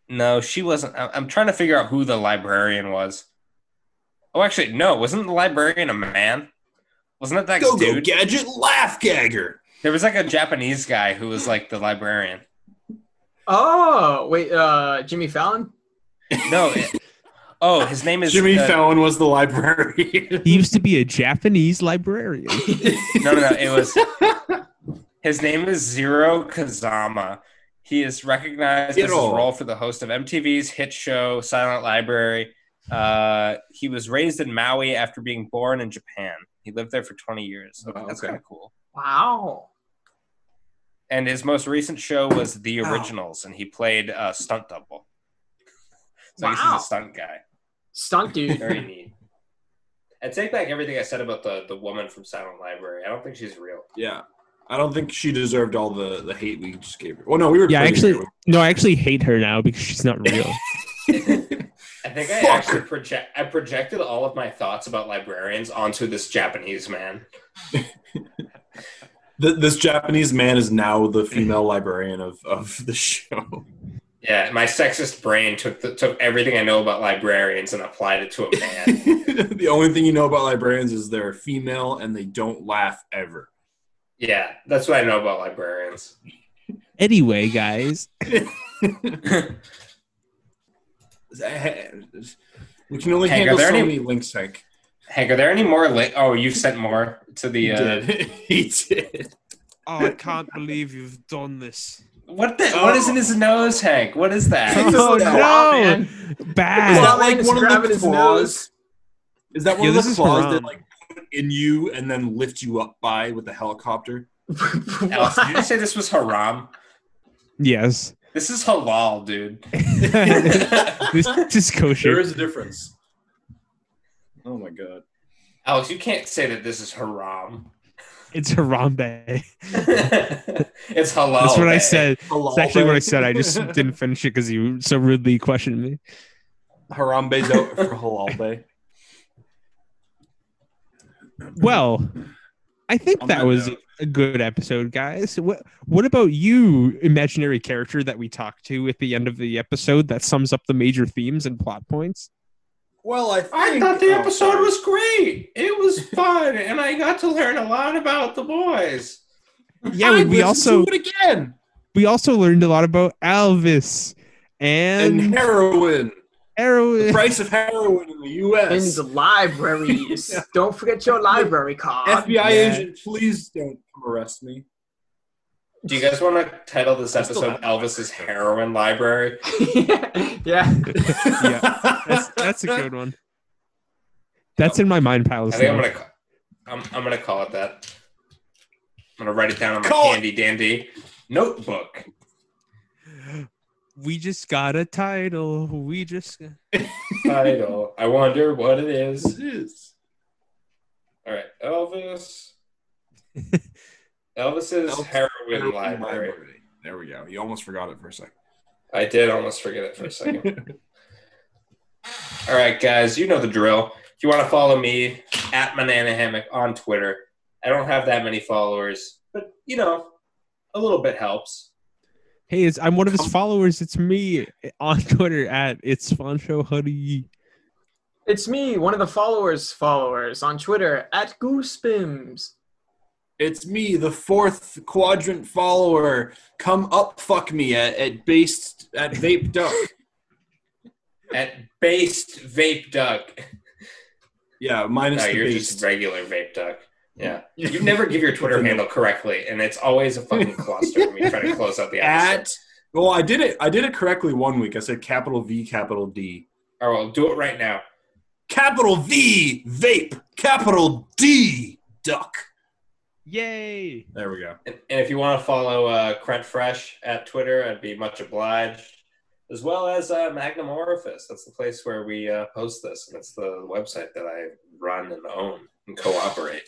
[SPEAKER 2] No, she wasn't. I- I'm trying to figure out who the librarian was. Oh, actually, no. Wasn't the librarian a man? Wasn't it that
[SPEAKER 5] Go go
[SPEAKER 2] dude?
[SPEAKER 5] gadget laugh gagger.
[SPEAKER 2] there was like a Japanese guy who was like the librarian.
[SPEAKER 4] Oh, wait, uh, Jimmy Fallon?
[SPEAKER 2] No. it- oh, his name is
[SPEAKER 5] Jimmy
[SPEAKER 2] uh,
[SPEAKER 5] Fallon was the librarian.
[SPEAKER 3] He used to be a Japanese *laughs* librarian.
[SPEAKER 2] No, no, no. It was his name is Zero Kazama. He is recognized as his
[SPEAKER 5] Zero.
[SPEAKER 2] role for the host of MTV's hit show Silent Library. Uh, he was raised in Maui after being born in Japan. He lived there for 20 years.
[SPEAKER 5] Oh,
[SPEAKER 2] That's
[SPEAKER 5] okay.
[SPEAKER 2] kind of cool.
[SPEAKER 4] Wow.
[SPEAKER 2] And his most recent show was The Originals, and he played a stunt double. So I guess he's
[SPEAKER 4] Wow.
[SPEAKER 2] a stunt guy.
[SPEAKER 4] Stunt dude.
[SPEAKER 2] Very
[SPEAKER 5] *laughs*
[SPEAKER 2] neat. I take back everything I said about the, the woman from Silent Library. I don't think she's real.
[SPEAKER 5] *laughs* yeah. I don't think she deserved all the, the hate we just gave her. Well, no, we were
[SPEAKER 3] Yeah,
[SPEAKER 5] praising
[SPEAKER 3] actually- No, I actually hate her now because she's not real.
[SPEAKER 2] I think I
[SPEAKER 5] Fuck.
[SPEAKER 2] actually project. I projected all of my thoughts about librarians onto this Japanese man.
[SPEAKER 5] *laughs* Th- this Japanese man is now the female librarian of, of the show. *laughs*
[SPEAKER 2] Yeah, my sexist brain took the, took everything I know about librarians and applied it to
[SPEAKER 5] *laughs*
[SPEAKER 2] a man.
[SPEAKER 5] the only thing you know about librarians is they're female and they don't laugh ever.
[SPEAKER 2] yeah, that's what I know about librarians.
[SPEAKER 3] anyway, guys,
[SPEAKER 5] *laughs* We can only
[SPEAKER 2] Hank,
[SPEAKER 5] handle
[SPEAKER 2] are there
[SPEAKER 5] so
[SPEAKER 2] any-
[SPEAKER 5] many links, Hank.
[SPEAKER 2] Hank, are there any more? Li- oh, you've sent more to
[SPEAKER 5] He
[SPEAKER 2] the. Uh,
[SPEAKER 5] did. *laughs* he did.
[SPEAKER 3] oh, I can't believe you've done this.
[SPEAKER 2] what the? What is in
[SPEAKER 5] Oh.
[SPEAKER 2] his nose, Hank? What is that?
[SPEAKER 5] *laughs*
[SPEAKER 3] Oh
[SPEAKER 4] Wow,
[SPEAKER 3] no,
[SPEAKER 4] man.
[SPEAKER 5] Is
[SPEAKER 3] bad.
[SPEAKER 5] that
[SPEAKER 4] Well,
[SPEAKER 5] like
[SPEAKER 4] man,
[SPEAKER 5] one of
[SPEAKER 4] grabbing
[SPEAKER 5] the
[SPEAKER 4] his
[SPEAKER 5] claws? Is that one
[SPEAKER 3] Yeah,
[SPEAKER 5] of
[SPEAKER 3] this
[SPEAKER 5] the
[SPEAKER 3] is
[SPEAKER 5] claws that
[SPEAKER 3] haram.
[SPEAKER 5] like put in you and then lift you up by with a helicopter?
[SPEAKER 2] Alex, did you
[SPEAKER 4] Why?
[SPEAKER 2] say this was haram?
[SPEAKER 3] Yes, *laughs*
[SPEAKER 2] This is halal,
[SPEAKER 5] *laughs*
[SPEAKER 2] dude.
[SPEAKER 3] this is
[SPEAKER 5] There
[SPEAKER 3] kosher.
[SPEAKER 5] is a difference. Oh my god.
[SPEAKER 2] Alex, you can't say that this is haram. *laughs*
[SPEAKER 3] It's Harambe.
[SPEAKER 2] it's halal.
[SPEAKER 3] That's what I
[SPEAKER 2] babe.
[SPEAKER 3] said. It's actually what I
[SPEAKER 5] Harambe-
[SPEAKER 3] said. I
[SPEAKER 5] *laughs*
[SPEAKER 3] just didn't finish it because you so rudely questioned me.
[SPEAKER 5] Harambe's out for halal day.
[SPEAKER 3] Well, I think
[SPEAKER 5] On
[SPEAKER 3] that
[SPEAKER 5] that
[SPEAKER 3] was
[SPEAKER 5] note.
[SPEAKER 3] a good episode, guys. What What about you, imaginary character that we talked to at the end of the episode that sums up the major themes and plot points?
[SPEAKER 5] Well, I think
[SPEAKER 2] I thought the
[SPEAKER 5] oh,
[SPEAKER 2] episode was great. It was fun, and I got to learn a lot about the boys.
[SPEAKER 3] Yeah,
[SPEAKER 2] I
[SPEAKER 3] we- we
[SPEAKER 2] listened
[SPEAKER 3] also
[SPEAKER 2] to it again.
[SPEAKER 3] we also learned a lot about Alvis and,
[SPEAKER 5] and heroin. The
[SPEAKER 3] Arrow.
[SPEAKER 5] price of heroin in the U.S.
[SPEAKER 4] And
[SPEAKER 5] *laughs*
[SPEAKER 4] libraries. Don't forget your library card.
[SPEAKER 5] FBI agent, please don't come arrest me.
[SPEAKER 2] Do you guys want to title this
[SPEAKER 5] I still
[SPEAKER 2] episode Elvis's Heroin Library?
[SPEAKER 4] yeah.
[SPEAKER 3] Yeah, That's, that's a *laughs* good one. That's in my mind palace.
[SPEAKER 2] I think I'm
[SPEAKER 3] now.
[SPEAKER 2] gonna, ca- I'm, I'm gonna call it that. I'm gonna write it down on my
[SPEAKER 5] Call it-
[SPEAKER 2] handy dandy notebook.
[SPEAKER 3] We just got a title. We just
[SPEAKER 2] title. I wonder what it
[SPEAKER 5] This
[SPEAKER 2] is.
[SPEAKER 5] is.
[SPEAKER 2] All right, Elvis. *laughs* Elvis's
[SPEAKER 5] Elvis
[SPEAKER 2] heroin
[SPEAKER 5] Heroin
[SPEAKER 2] library.
[SPEAKER 5] library. There we go. You almost forgot it for a second.
[SPEAKER 2] I did almost forget it for a second. All right, guys, you know the drill. If you want to follow me at Banana Hammock on Twitter, I don't have that many followers, but you know, a little bit helps.
[SPEAKER 3] hey, it's, I'm one of his followers. It's me on Twitter at it's Foncho Huddy.
[SPEAKER 4] It's me, one of the followers' followers on Twitter at Goosebims.
[SPEAKER 5] It's me, the fourth quadrant follower. Come up, fuck me at, at based at vape duck.
[SPEAKER 2] At Based Vape Duck.
[SPEAKER 5] Yeah, minus
[SPEAKER 2] No,
[SPEAKER 5] the
[SPEAKER 2] you're
[SPEAKER 5] based.
[SPEAKER 2] just regular Vape Duck.
[SPEAKER 5] *laughs*
[SPEAKER 2] Yeah. You never give your Twitter handle correctly, and it's always a fucking cluster when you try to close
[SPEAKER 5] *laughs*
[SPEAKER 2] out the episode.
[SPEAKER 5] At well, I did it. I did it correctly one week. I said capital V, capital D,
[SPEAKER 2] All right, well, do it right now.
[SPEAKER 5] capital V vape, capital D duck.
[SPEAKER 3] Yay!
[SPEAKER 5] There we go.
[SPEAKER 2] And, and if you want to follow uh, Crent Fresh at Twitter, I'd be much obliged. As well as uh, Magnum Orifice. That's the place where we uh, post this, and it's the website that I run and own and cooperate.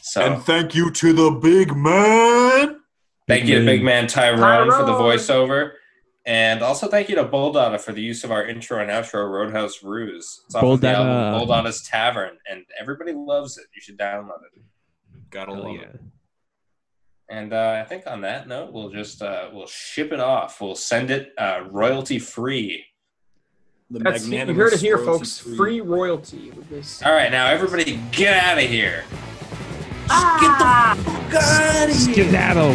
[SPEAKER 2] So
[SPEAKER 5] And thank you to the big man.
[SPEAKER 2] thank you to Big Man Tyrone, for the
[SPEAKER 4] Tyrone!
[SPEAKER 2] voiceover. And also thank you to Bulldada for the use of our intro and outro, Roadhouse Ruse. It's off of the
[SPEAKER 3] Bulldada.
[SPEAKER 2] album Bulldada's Tavern, and everybody loves it. You should download it.
[SPEAKER 5] Gotta
[SPEAKER 3] Hell
[SPEAKER 5] love
[SPEAKER 3] yeah.
[SPEAKER 5] it.
[SPEAKER 2] And uh, I think on that note, we'll just uh, we'll ship it off. We'll send it uh, royalty free.
[SPEAKER 5] The
[SPEAKER 4] That's you
[SPEAKER 5] magnanimous
[SPEAKER 4] heard it here,
[SPEAKER 5] royalty
[SPEAKER 4] folks. Free royalty with this.
[SPEAKER 2] All right, now everybody, get out of here.
[SPEAKER 3] Skedaddle.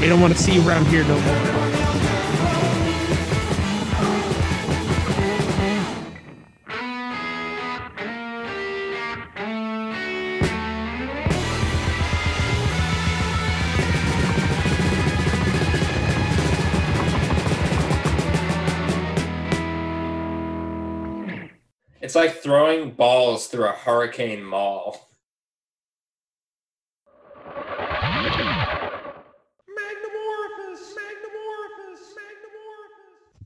[SPEAKER 3] We don't want to see you around here no more.
[SPEAKER 2] It's like throwing balls through a hurricane mall.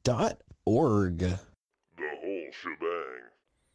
[SPEAKER 9] dot org.
[SPEAKER 10] The whole shebang.